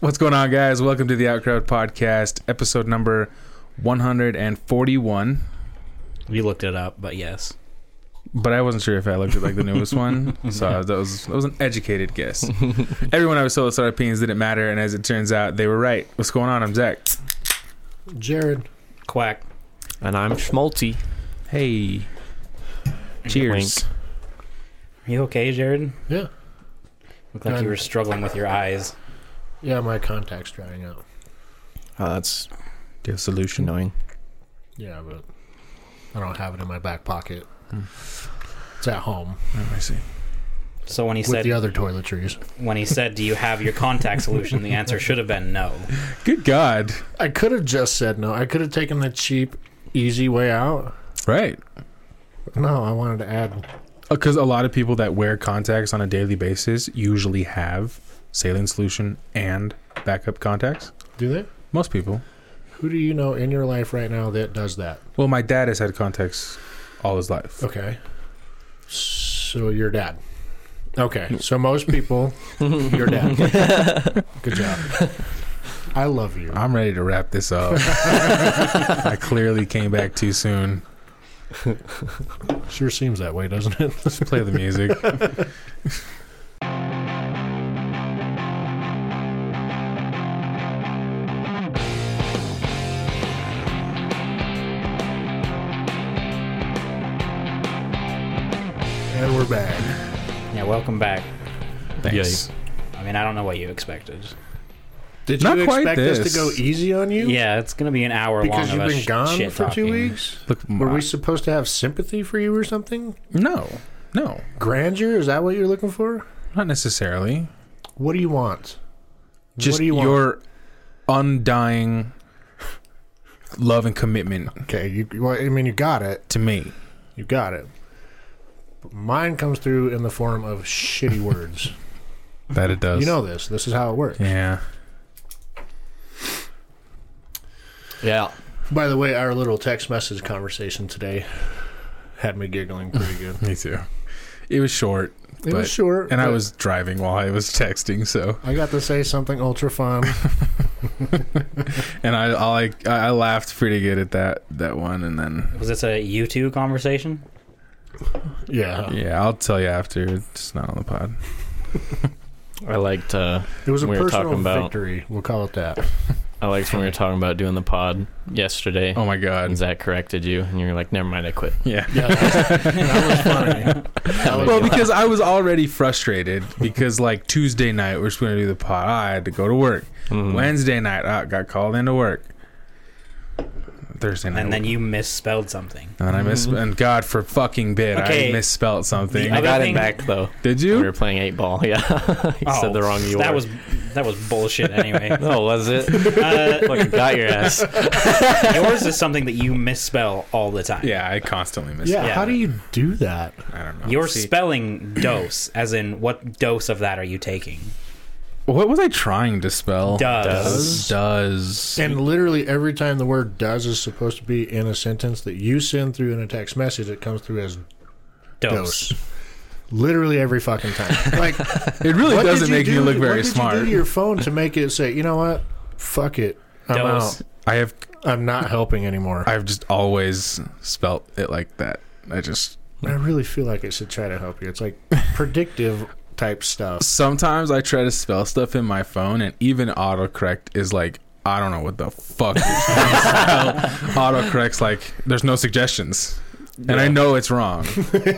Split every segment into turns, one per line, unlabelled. What's going on, guys? Welcome to the Outcrowd Podcast, episode number 141.
We looked it up, but yes.
But I wasn't sure if I looked at like the newest one, so that was that was an educated guess. Everyone I was told our opinions didn't matter, and as it turns out, they were right. What's going on? I'm Zach.
Jared.
Quack.
And I'm Schmaltzy.
Hey. Cheers.
Are you okay, Jared?
Yeah.
Looked like you were struggling with your eyes.
Yeah, my contact's drying out.
Oh, that's
Do you have a solution?
annoying.
Yeah, but I don't have it in my back pocket. It's at home
Oh, I see.
So when he
with
said
the other toiletries.
when he said, "Do you have your contact solution?" the answer should have been no.
Good God.
I could have just said no. I could have taken the cheap, easy way out.
Right.
No, I wanted to add.
Because a lot of people that wear contacts on a daily basis usually have saline solution and backup contacts.
Do they?
Most people.
Who do you know in your life right now that does that?
Well, my dad has had contacts all his life.
Okay. So your dad. Okay. So most people, your dad. Good job. I love you.
I'm ready to wrap this up. I clearly came back too soon.
Sure seems that way, doesn't it?
Let's play the music.
And we're back.
Yeah, welcome back.
Thanks.
I mean, I don't know what you expected.
Did
Not
you
quite
expect us
this.
to go easy on you?
Yeah, it's gonna be an hour
because
long.
you've
of us
been
sh-
gone
shit
for two
talking.
weeks.
Look,
Were
my-
we supposed to have sympathy for you or something?
no, no,
Grandeur? Is that what you're looking for?
not necessarily.
What do you want?
Just
what do you want?
your undying love and commitment
okay, you. Well, I mean, you got it.
to me.
You got it. But Mine comes through in the form of shitty words.
That it does.
you know this. This is how it works.
Yeah.
Yeah.
By the way, our little text message conversation today had me giggling pretty good.
Me too. It was short,
it
But-
was short,
and I
but
was driving while I was texting. So,
I got to say something ultra fun.
and I, I like I I laughed pretty good at that that one, and then
Was this a you two conversation?
yeah,
yeah, I'll tell you after. It's not on the pod.
I liked uh
it was a
We were
personal
talking about-
victory. We'll call it that.
I liked when we were talking about doing the pod yesterday.
Oh my god.
And Zach corrected you and you were like, Never mind, I quit.
Yeah.
Yeah, that was, that was funny. That was
well, because I was already frustrated because like Tuesday night we're supposed to do the pod. I had to go to work.
Hmm.
Mm.
Wednesday night I got called into work. Thursday night,
And then you misspelled something.
and then I miss
Hmm.
and God for fucking bid I
Okay.
misspelled something.
I
Other
got
thing-
it back though.
Did
We
you?
were playing eight ball, yeah. you said the wrong you
That was that was bullshit. Anyway,
No, was it?
uh,
Fucking got your ass.
yours is something that you misspell all the time.
Yeah, I constantly miss.
yeah,
Yeah.
How do you do that?
I don't know.
You're
See,
spelling dose, as in what dose of that are you taking?
what was I trying to spell?
Does.
Does.
And literally every time the word "does" is supposed to be in a sentence that you send through in a text message, it comes through as
Dose.
dose. Literally every fucking time. Like
It really
what did
doesn't make
do,
me look
what
very
did
smart.
You do to your phone to make it say, you know what? Fuck it. I'm
Dose.
out.
I have
I'm not helping anymore. I,
I've just always spelt it like that. I just
really feel like I should try to help you. It's like predictive type stuff.
sometimes I try to spell stuff in my phone, and even autocorrect is like, I don't know what the fuck. you're trying to spell. Autocorrect's like, there's no suggestions, and I know it's wrong.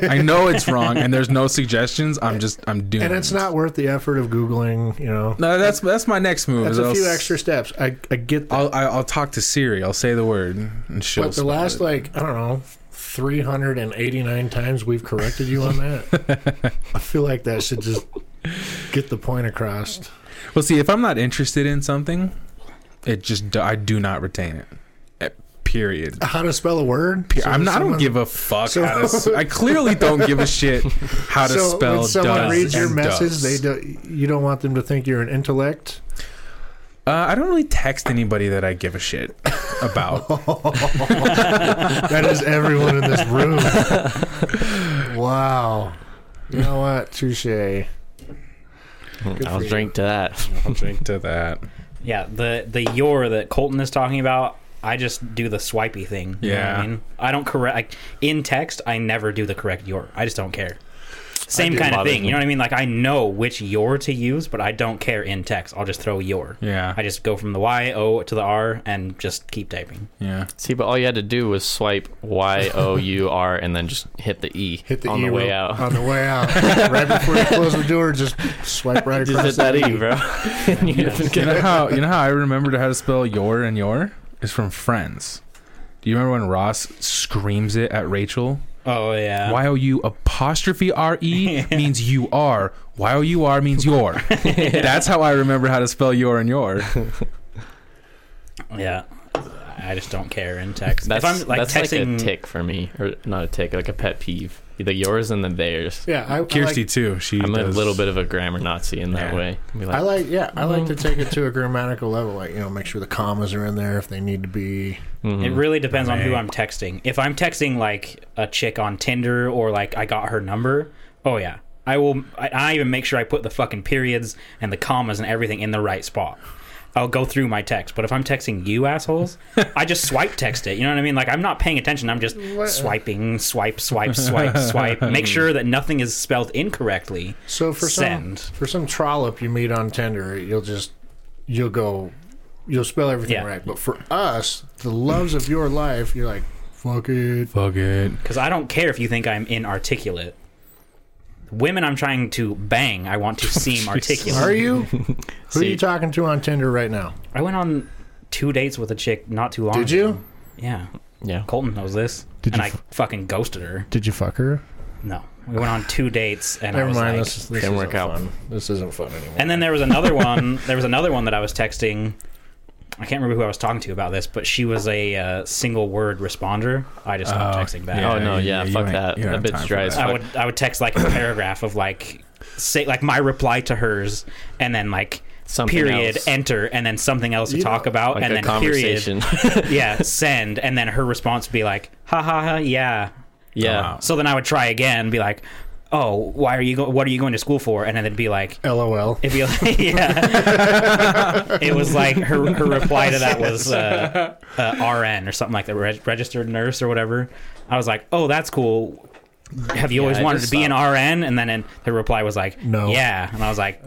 I know it's wrong, and there's no suggestions. I'm just, I'm doing.
And it's not worth the effort of googling. You know,
No, that's that's my next move.
that's
is
a
I'll
few
s-
extra steps. I I get that.
I'll, I- I'll talk to Siri. I'll say the word, and she'll.
But the
spell
last
it.
like I don't know, three hundred and eighty nine times we've corrected you on that. I feel like that should just get the point across.
Well, see, if I'm not interested in something, it just do- I do not retain it. Eh, Period.
How to spell a word?
Pe-
Ah, So
I'm
if
not, I don't
someone-
give a fuck
so-
how to. s- I clearly don't give a shit how to
so
spell.
When someone
does
reads your
and
message,
does.
they do, you don't want them to think you're an intellect.
Uh, I don't really text anybody that I give a shit
Oh.
about.
That is everyone in this room. wow. You know what? Touche. Good for
I'll
you.
Mm, drink to that.
I'll drink to that.
Yeah, the the your that Colton is talking about, I just do the swipey thing. you know what
Yeah.
I mean, I don't correct in text. I never do the correct your. I just don't care. Same
do.
kind of
Bothers
thing.
me.
You know what I mean? Like I know which your to use, but I don't care in text. I'll just throw your. I
Yeah,
just go from the Y O to the R and just keep typing.
yeah.
See, but all you had to do was swipe Y O U R and then just hit the E
Hit the
on
E
the way
real-
out.
On the way out, right before you close the door, just swipe right
Just
across.
hit that E, bro. And you didn't
You
get
know
it.
how you know how I remembered how to spell your and your is from Friends. Do you remember when Ross screams it at Rachel?
Oh yeah.
Y O U apostrophe R E means you are. Y O U R means your. That's how I remember how to spell your and your.
Yeah. I just don't care in text.
That's,
if I'm like
that's
texting
like a tick for me, or not a tick, like a pet peeve. Either yours and the theirs.
Yeah, I, I
Kirsty
like,
too. She
I'm
does-
a little bit of a grammar Nazi in that
Yeah.
way. Be like,
I like. Yeah, I like to
Mm.
take it to a grammatical level. Like you know, make sure the commas are in there if they need to be.
mhm.
It really depends on who
Right.
I'm texting. If I'm texting like a chick on Tinder or like I got her number, oh yeah, I will. I, I even make sure I put the fucking periods and the commas and everything in the right spot. I'll go through my text, but if I'm texting you assholes, I just swipe text it. You know what I mean? Like I'm not paying attention. I'm just
What?
swiping, swipe, swipe, swipe, swipe. Make sure that nothing is spelled incorrectly.
So for
Send.
some for some trollop you meet on Tinder, you'll just you'll go you'll spell everything
Yeah.
right. But for us, the loves of your life, you're like fuck it.
Fuck it.
Because I don't care if you think I'm inarticulate. Women, I'm trying to bang. I want to seem articulate.
Are you? Who are
See-
you talking to on Tinder right now?
I went on two dates with a chick not too long.
Did
ago.
you?
Yeah.
yeah.
Colton knows this.
Did
and
you
I
f-
fucking ghosted her.
Did you fuck her?
No. We went on two dates and I
Never
was
mind.
like
this this isn't
Didn't work out.
Fun. This isn't fun anymore.
And then there was another one. There was another one that I was texting. I can't remember who I was talking to about this, but she was a uh, single word responder. I just stopped
Oh,
texting back.
Yeah,
oh no,
you-
yeah,
you
fuck
ain't-
that.
you don't
That
have time
bitch
for
dry as
that.
I
Oh, fuck.
would I would text like a paragraph of like say like my reply to hers and then like
Something
period
else.
enter and then something else to
You
talk
know,
about
like
and
a
then period
conversation.
yeah, send, and then her response would be like, ha ha ha, yeah.
yeah.
Wow.
So then I would try again, be like, oh, why are you? Go- what are you going to school for? And then it'd be like,
LOL.
it'd be like, yeah. it was like her her reply to that was uh, uh, RN or something like that, reg- registered nurse or whatever. I was like, oh, that's cool. Have you always
I
wanted to
just
be an RN? And then and her reply was like,
No.
yeah. And I was like,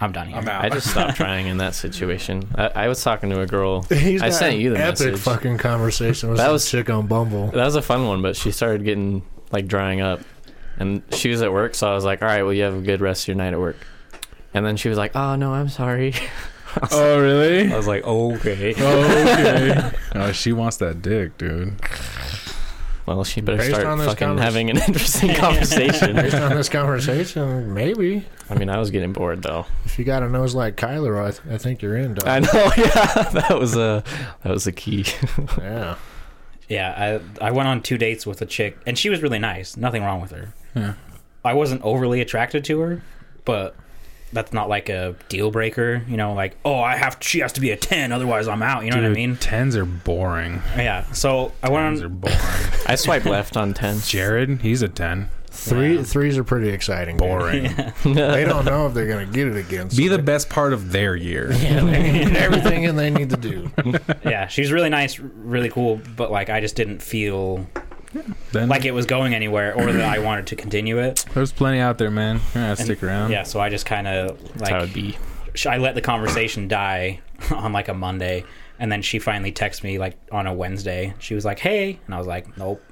I'm done here.
I'm out.
I just stopped trying in that situation. I, I was talking to a girl.
He's
I
got
sent
an
you the
epic
message.
fucking conversation with
That
that
was-
was chick on Bumble.
That was a fun one, but she started getting like drying up, and she was at work, so I was like, "All right, well, you have a good rest of your night at work." And then she was like, "Oh no, I'm sorry."
Oh really?
I was like, "Okay."
okay. Oh, she wants that dick, dude.
Well, she better
Based
start
on this
fucking
convers-
having an interesting conversation.
Based on this conversation, maybe
I mean, I was getting bored though.
if you got a nose like Kyler, I, th- I think you're in. Dog.
I know, yeah, that was a that was the key.
yeah.
Yeah, I I went on two dates with a chick, and she was really nice. Nothing wrong with her.
Yeah.
I wasn't overly attracted to her, but that's not like a deal breaker. You know, like oh, I have she has to be a ten, otherwise I'm out. You know what I
Dude,
mean?
Tens are boring.
Yeah. So I
Tens
went
are
on.
boring.
I swipe left on ten.
Jared, he's a ten.
Three
Yeah.
threes are pretty exciting. dude.
Boring.
They don't know if they're gonna get it again. so
Be the best part of their year.
they did everything and they need to do.
Yeah, she was really nice, really cool, but like I just didn't feel
Then
like it was going anywhere, or that I wanted to continue it.
there's plenty out there, man. You're gonna stick around.
Yeah. So I just kind of
That's how
like
it'd be.
sh- I let the conversation die on like a Monday, and then she finally texted me like on a Wednesday. She was like, "Hey," and I was like, "Nope."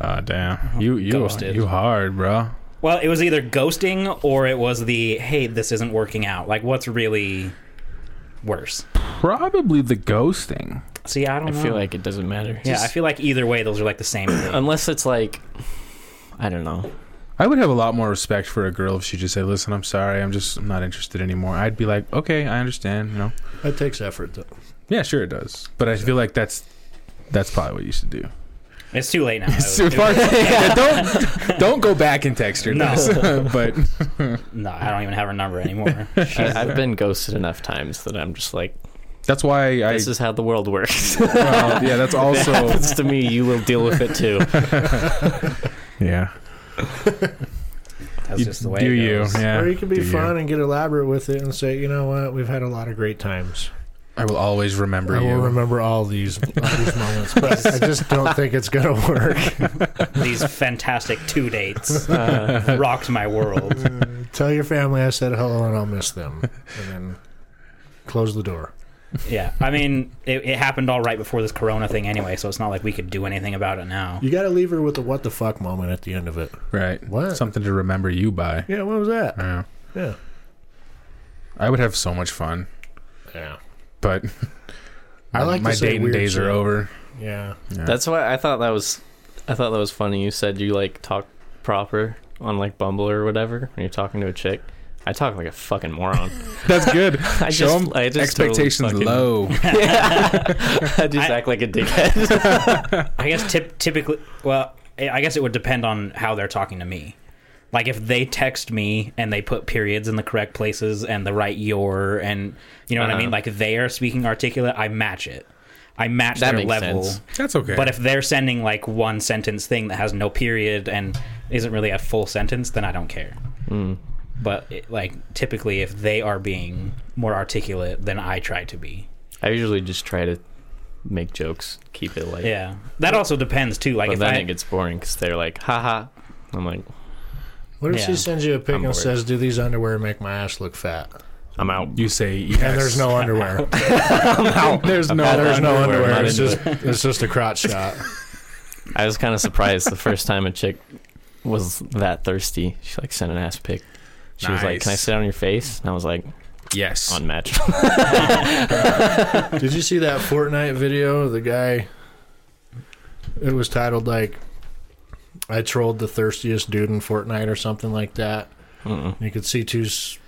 Ah, damn. You you
Oh, Ghosted.
you hard, bro.
Well, it was either ghosting or it was the "Hey, this isn't working out." Like, what's really worse?
Probably the ghosting.
See, I don't.
I
know.
feel like it doesn't matter.
yeah,
Just-
I feel like either way, those are like the same thing.
unless it's like, I don't know.
I would have a lot more respect for a girl if she just said, "Listen, I'm sorry, I'm just I'm not interested anymore." I'd be like, "Okay, I understand," you know.
That takes effort though.
Yeah, sure it does. But I feel like that's that's probably what you should do.
It's too late now.
It's too far. Yeah, don't don't go back and text her.
No.
this. but
No, I don't even have her number anymore.
I, I've been ghosted enough times that I'm just like,
that's why I.
this is how the world works.
well, yeah, that's
If it
also.
happens to me, you will deal with it too.
Yeah.
That's
You
just the way
do
it
you?
goes.
Yeah.
or you can be
do you.
fun and get elaborate with it and say, you know what, we've had a lot of great times.
I will always remember
I
you.
will remember all these, all these moments, but I just don't think it's gonna work.
These fantastic two dates
Uh,
rocked my world.
Tell your family I said hello and I'll miss them, and then close the door.
Yeah, I mean, it, it happened all right before this Corona thing anyway, so it's not like we could do anything about it now.
You got to leave her with a what the fuck moment at the end of it.
right.
What?
Something to remember you by.
Yeah, what was that?
Yeah.
Yeah,
I would have so much fun,
yeah,
but
I like to
my
say
dating
weird
days
shit.
are over.
yeah.
Yeah.
that's why I thought that was, I thought that was funny. You said you like talk proper on like Bumble or whatever when you're talking to a chick. I talk like a fucking moron.
that's good.
I
Show
just,
'em
I just totally
Expectations
fucking-
low.
Yeah. I just
I-
act like a dickhead.
I guess tip, typically, well, I I guess it would depend on how they're talking to me. Like if they text me and they put periods in the correct places and the right your and you know what I mean,
Uh-huh.
like if they are speaking articulate, I match it. I match
That
their
makes
level.
sense.
That's okay.
But if they're sending like one sentence thing that has no period and isn't really a full sentence, then I don't care.
Hmm.
But it, like typically, if they are being more articulate than I try to be,
I usually just try to make jokes, keep it light.
yeah, that also depends too. Like
but
if
then
I,
it gets boring because they're like, haha. I'm like,
What if she
Yeah.
sends you a pic
I'm
and
bored.
says, "Do these underwear make my ass look fat?"
I'm out.
you say yes.
And there's no underwear.
There's no.
I've had
there's no
Underwear,
underwear.
not
It's
into
just it's just a crotch shot.
I was kind of surprised the first time a chick was that thirsty. She like sent an ass pic. She was like,
Nice.
"Can I sit on your face?" And I was like,
yes.
"On match."
Did you see that Fortnite video? of The guy. It was titled like, "I trolled the thirstiest dude in Fortnite" or something like that.
Mm-mm.
You could see two. s-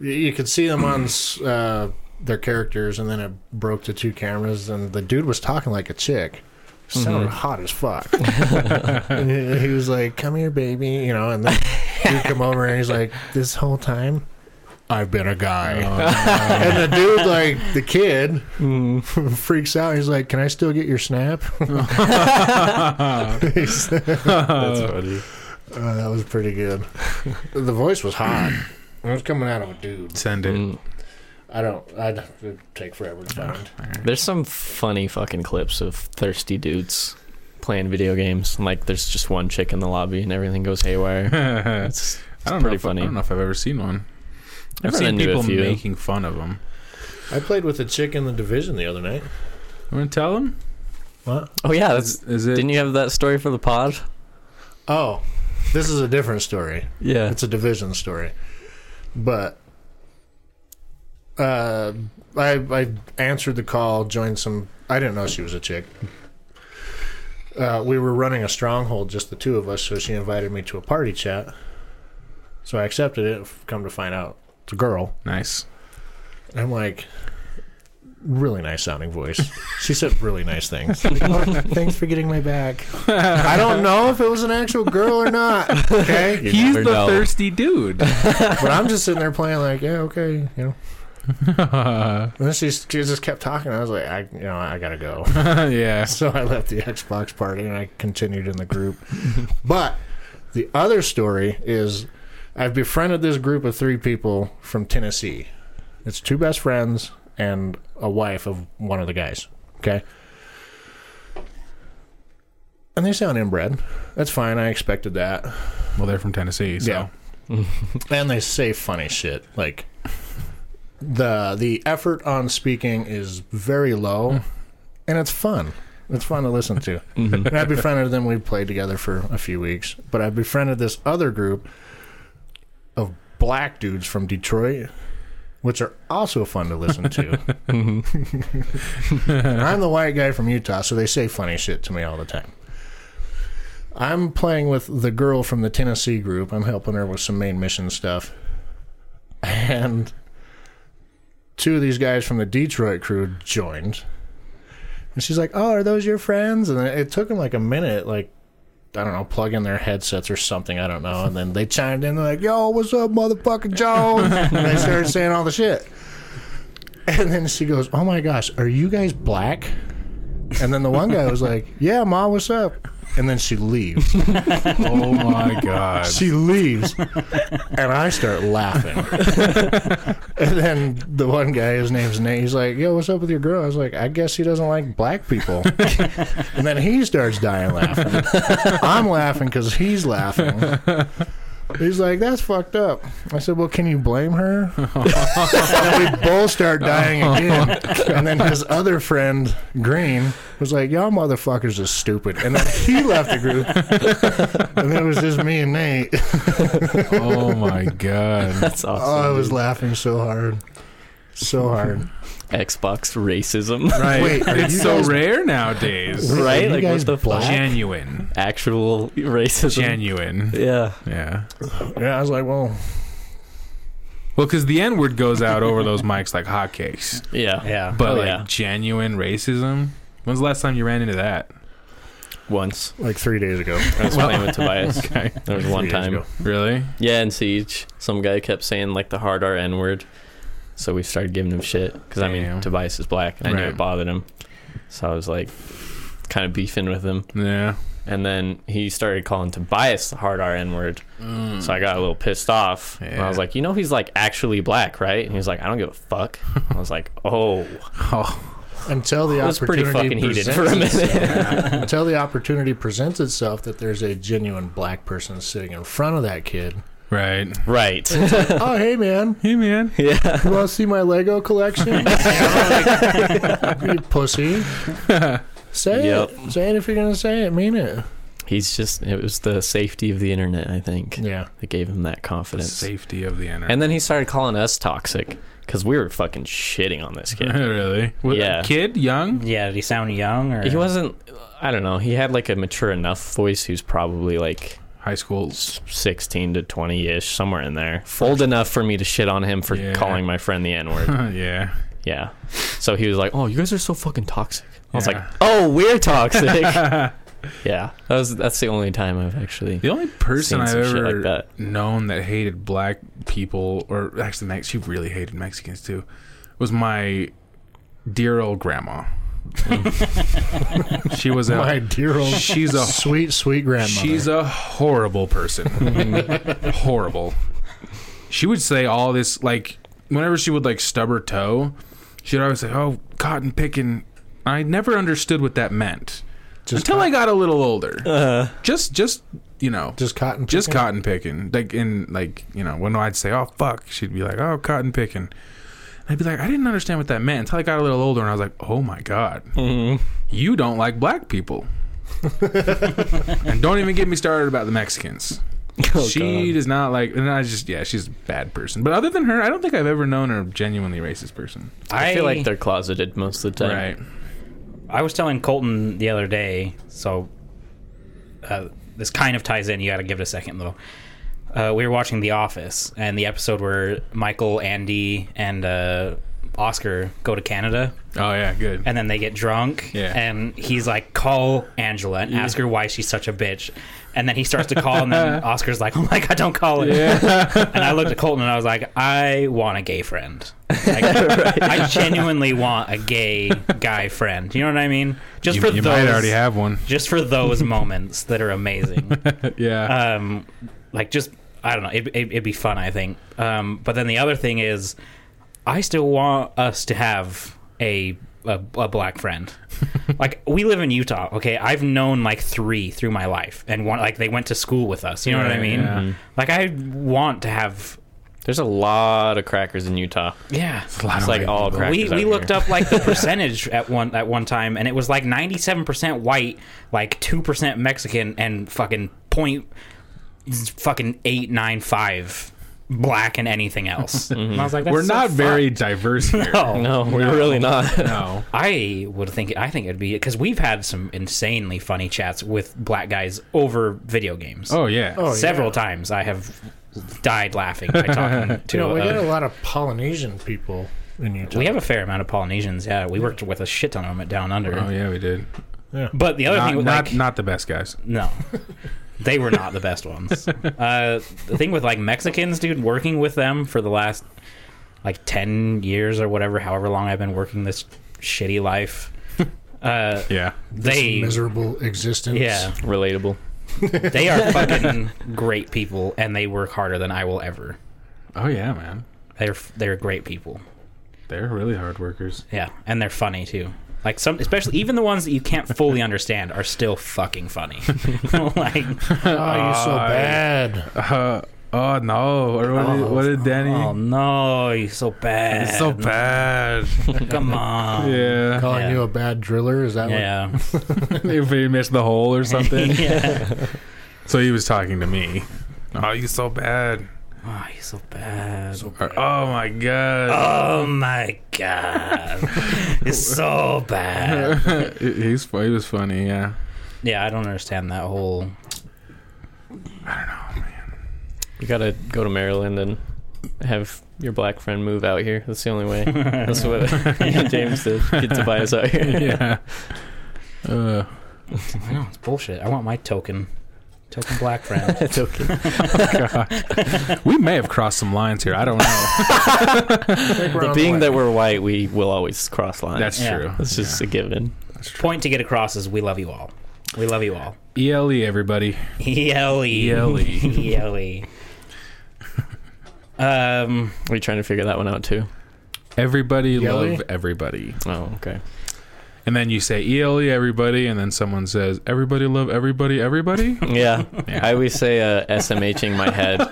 You could see them on s- uh, their characters, and then it broke to two cameras, and the dude was talking like a chick. Sounded
Mhm.
hot as fuck. And he, he was like, "Come here, baby," you know, and then he come over, and he's like, "This whole time." I've been a guy. and the dude, like, the kid freaks out. He's like, Can I still get your snap? He's-
That's funny.
Uh, that was pretty good. the voice was hot. It was coming out of a dude.
Send it.
Mm.
I don't. I'd it would take forever to find.
There's some funny fucking clips of thirsty dudes playing video games. And, like, there's just one chick in the lobby, and everything goes haywire.
I
It's, it's
don't know.
pretty
If,
funny.
I don't know if I've ever seen one.
I've
I've seen
run into a
people
few.
making fun of them.
I played with a chick in the division the other night.
You want to tell them?
What?
Oh yeah, that's,
Is, is it?
didn't you have that story for the pod?
Oh, this is a different story.
Yeah.
It's a division story, but uh, I I answered the call, joined some. I didn't know she was a chick. Uh, we were running a stronghold, just the two of us, so she invited me to a party chat. So I accepted it. Come to find out, it's a girl.
nice.
And I'm like, really nice sounding voice. She said really nice things. Thanks for getting my back. I don't know if it was an actual girl or not. Okay.
He's the
never know.
thirsty dude.
But I'm just sitting there playing like, yeah, okay, you know.
yeah.
And then she, she just kept talking. I was like, I, you know, I gotta go. So I left the Xbox party and I continued in the group. but the other story is I've befriended this group of three people from Tennessee. It's two best friends and a wife of one of the guys. Okay. And they sound inbred. That's fine. I expected that.
Well, they're from Tennessee, so
Yeah. and they say funny shit. Like the the effort on speaking is very low and it's fun. It's fun to listen to.
Mhm.
and I befriended them. We played together for a few weeks, but I befriended this other group of black dudes from Detroit, which are also fun to listen to. and I'm the white guy from Utah, so they say funny shit to me all the time. I'm playing with the girl from the Tennessee group. I'm helping her with some main mission stuff, and two of these guys from the Detroit crew joined. And she's like, "Oh, are those your friends?" And it took them like a minute, like I don't know, plug in their headsets or something. I don't know. And then they chimed in, they're like, "Yo, what's up, motherfucking Jones?" and they started saying all the shit. And then she goes, "Oh my gosh, are you guys black?" And then the one guy was like, "Yeah, ma, what's up?" and then she leaves.
Oh my god.
she leaves, and I start laughing. and then the one guy, his name's Nate, he's like, "Yo, what's up with your girl?" I was like, "I guess he doesn't like black people." and then he starts dying laughing. I'm laughing because he's laughing. He's like, "That's fucked up." I said, "Well, can you blame her?" and we both start dying again. And then his other friend, Green, was like, "Y'all motherfuckers are stupid." And then he left the group. And then it was just me and Nate.
Oh my god.
That's awesome.
Oh, I was
dude.
laughing so hard. So hard.
Xbox racism.
Right.
Wait, are
it's
you
so
guys-
rare nowadays.
Wait, are
right?
you
Like
guys
what the fuck?
black?
Genuine.
Actual racism.
Genuine.
Yeah.
Yeah.
Yeah, I was like, well,
Well, because the N word goes out over those mics like hotcakes.
Yeah.
Yeah.
But
Oh,
like
yeah.
genuine racism. When's the last time you ran into that?
Once.
like three days ago.
I was playing with Tobias.
Okay.
There was one
Three days
time.
ago.
Really?
Yeah, in Siege, some guy kept saying like the hard R N word, so we started giving him shit because I
Damn.
mean Tobias is black and I knew
Right.
it bothered him, so I was like kind of beefing with him,
Yeah.
and then he started calling Tobias the hard R N word, Mm. so I got a little pissed off. And I was
Yeah.
like, you know, he's like actually black, right? And he was like, I don't give a fuck. I was like, oh,
Oh,
Until the
It was pretty
opportunity
fucking heated
presents
for a minute.
itself- until the opportunity presents itself that there's a genuine black person sitting in front of that kid.
right.
right.
oh, hey man,
Hey, man.
yeah,
you want to see my Lego collection? You know, like, you pussy. Say it.
Yep.
Say it if you're gonna say it. Mean it.
he's just it was the safety of the internet, I think,
Yeah.
that gave him that
The
confidence.
safety of the internet.
And then he started calling us toxic because we were fucking shitting on this kid.
really? With
Yeah.
a kid? Young?
Yeah. Did he sound young or
he wasn't. I don't know. He had like a mature enough voice. He was probably like
High school.
s- sixteen to twenty ish, somewhere in there. Old enough for me to shit on him for
Yeah.
calling my friend the N word.
yeah.
yeah. So he was like, "Oh, you guys are so fucking toxic." I was like,
Yeah.
"Oh, we're toxic." yeah. That was that's the only time I've actually.
The only person
Seen
I've
some shit
ever
like that.
known that hated black people, or actually, Mex- she really hated Mexicans too, was my dear old grandma. she was a
My dear old
she's a
sweet, sweet grandmother.
she's a horrible person. horrible. She would say all this like whenever she would like stub her toe, she'd always say, "Oh, cotton picking." I never understood what that meant
just
until
cotton, Uh-huh.
I got a little older. just, just you know,
just cotton.
just
picking?
cotton picking. Like in like you know when I'd say oh fuck, she'd be like oh cotton picking. And I'd be like I didn't understand what that meant until I got a little older and I was like oh my god, Oh,
Mhm.
you don't like black people. and don't even get me started about the Mexicans.
Oh,
she
God.
does not like, and I just yeah, she's a bad person. But other than her, I don't think I've ever known a genuinely racist person.
I, feel like they're closeted most of the time.
Right?
I was telling Colton the other day, so uh, this kind of ties in. You got to give it a second, though. Uh, we were watching The Office, and the episode where Michael, Andy, and uh, Oscar go to Canada,
Oh yeah, good.
and then they get drunk,
Yeah.
and he's like, "Call Angela and ask her why she's such a bitch." And then he starts to call, and then Oscar's like, "Oh my god, don't call it!" and I looked at Colton, and I was like, "I want a gay friend." Like, I genuinely want a gay guy friend. You know what I mean? Just
you
for
you
those,
might already have one.
just for those moments that are amazing.
yeah.
Um, like just I don't know. It, it, it'd be fun, I think. Um, but then the other thing is, I still want us to have a a, a black friend. like we live in Utah. Okay, I've known like three through my life, and one like they went to school with us. You know what I
Right,
mean? Mm-hmm.
yeah. Mhm.
Like I want to have.
There's a lot of crackers in Utah.
a
Yeah,
lot
It's
of
like
white
all
people.
crackers.
we we
out
looked
here.
up like the percentage at one at one time, and it was like ninety seven percent white, like two percent Mexican, and fucking point fucking eight nine five black and anything else. And I was like,
Mm-hmm. We're
"That's so
not
fucked."
very diverse here.
No.
No, we're really not.
no.
I would think I think it'd be because we've had some insanely funny chats with black guys over video games.
Oh yeah.
Oh, yeah.
several times I have died laughing by talking to.
You know, we
a-
got a lot of Polynesian people in Utah.
we have a fair amount of Polynesians. Yeah, we worked with a shit ton of them at Down Under.
Oh yeah, we did.
But the other
Not,
thing, with,
not,
like,
not the best guys.
No. they were not the best ones. Uh, the thing with like Mexicans, dude, working with them for the last like 10 years or whatever, however long I've been working this shitty life. Uh,
Yeah.
they
miserable existence.
yeah
Relatable.
they are fucking great people and they work harder than I will ever.
Oh yeah, man.
They're they're great people.
They're really hard workers.
Yeah, and they're funny too. Like some, especially even the ones that you can't fully understand are still fucking funny. like,
Oh, you're so
I-
bad.
Uh, oh no! Or what, did, what did Danny?
oh no, you're so bad.
it's so bad.
Come on.
yeah.
Calling
Yeah.
you a bad driller? Is that
Yeah.
if he missed the hole or something.
yeah.
so he was talking to me. Oh, you so bad.
Oh, you're so bad.
Or, oh my god.
oh my god, it's so bad.
He- He's fu- he was funny. Yeah.
Yeah, I don't understand that whole.
You gotta go to Maryland and have your black friend move out here. That's the only way. That's what James did. Get Tobias out here.
yeah. Uh,
I know it's bullshit. I want my token, token black friend.
It's okay.
we may have crossed some lines here. I don't know.
The being that we're white, we will always cross lines.
That's
Yeah.
true.
That's just a given.
Point to get across is we love you all. We love you all. E
ELE, E everybody.
Yelly.
Yelly.
E Yelly. Um,
We're trying to figure that one out too.
Everybody
Yelly?
love everybody.
Oh, okay.
And then you say ELE, everybody, and then someone says, everybody love everybody, everybody?
Yeah.
Yeah.
I always say uh, SMHing my head.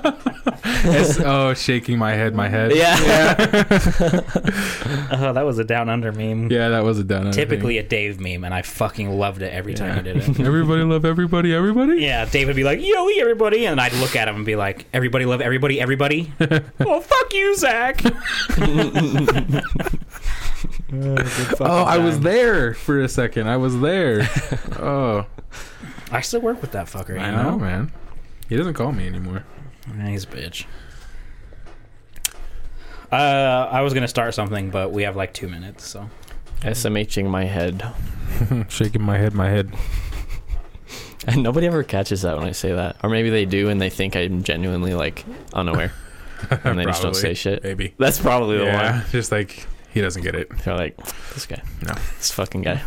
It's- oh, shaking my head, my head.
oh, that was a down under meme.
Yeah, that was a done.
Typically a Dave meme, and I fucking loved it every time you did it.
everybody love everybody, everybody?
Yeah, Dave would be like, "Yo, everybody," and I'd look at him and be like, "Everybody love everybody, everybody." oh, fuck you, Zach.
Oh, I was there for a second. I was there. oh,
I still work with that fucker. You
I
know,
know, man. He doesn't call me anymore.
Yeah, he's a bitch. Uh, I was gonna start something, but we have like two minutes, so
SMHing my head.
shaking my head, my head.
And nobody ever catches that when I say that. Or maybe they do and they think I'm genuinely like unaware. And they just don't say shit.
Maybe.
That's probably the
yeah,
one.
just like he doesn't get it.
They're like, this guy.
No.
This fucking guy.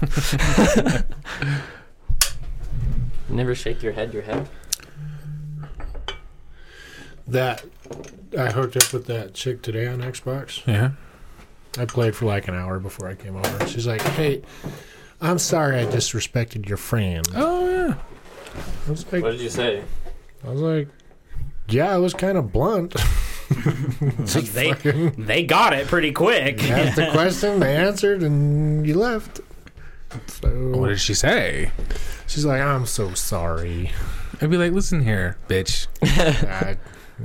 Never shake your head, your head.
that I hooked up with that chick today on Xbox.
Yeah.
I played for like an hour before I came over. She's like, "Hey, I'm sorry I disrespected your friend."
Oh yeah.
I was like,
did you say?
I was like, "Yeah, I was kind of blunt."
they they got it pretty quick.
You asked the question, they answered, and you left.
What
So
did she say?
she's like, "I'm so sorry."
I'd be like, listen here, bitch.
I, I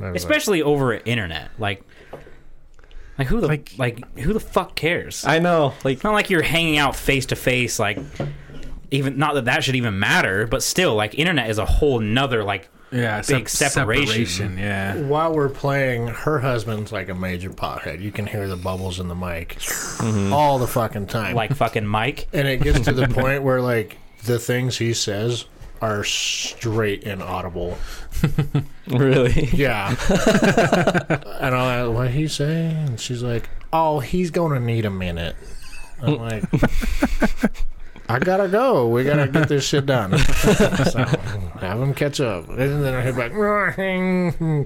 was like,
especially over internet. Like, like who the
Like-
like, who the fuck cares?
I know. Like,
it's not like you're hanging out face to face. Like, even not that that should even matter, but still, like, internet is a whole nother like.
Yeah,
Big separation.
Yeah.
while we're playing, her husband's like a major pothead. You can hear the bubbles in the mic all the fucking time.
Like fucking Mike,
and it gets to the point where like the things he says are straight inaudible.
really?
Yeah. and I'm like, what he say? And she's like, oh, he's gonna need a minute. I'm like, I gotta go. We gotta get this shit done. so have him catch up, and then I hear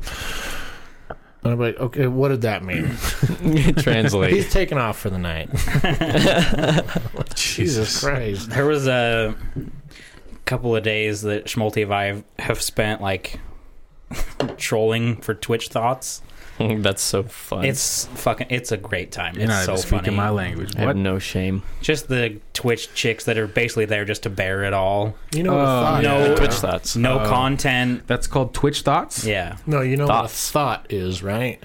back. And I'm like, okay, what did that mean?
Translate.
He's taking off for the night. Jesus Christ.
there was a couple of days that Schmalti and I have spent like trolling for Twitch thoughts.
That's so fun.
It's fucking. It's a great time.
You're not
It's so
even speaking
funny.
my language.
I have
What?
no shame.
Just the Twitch chicks that are basically there just to bear it all.
You know what
Oh,
a thought
no.
is?
Twitch thoughts.
No
Oh.
content.
That's called Twitch thoughts.
Yeah.
No, you know
Thoughts.
what a thought is, right?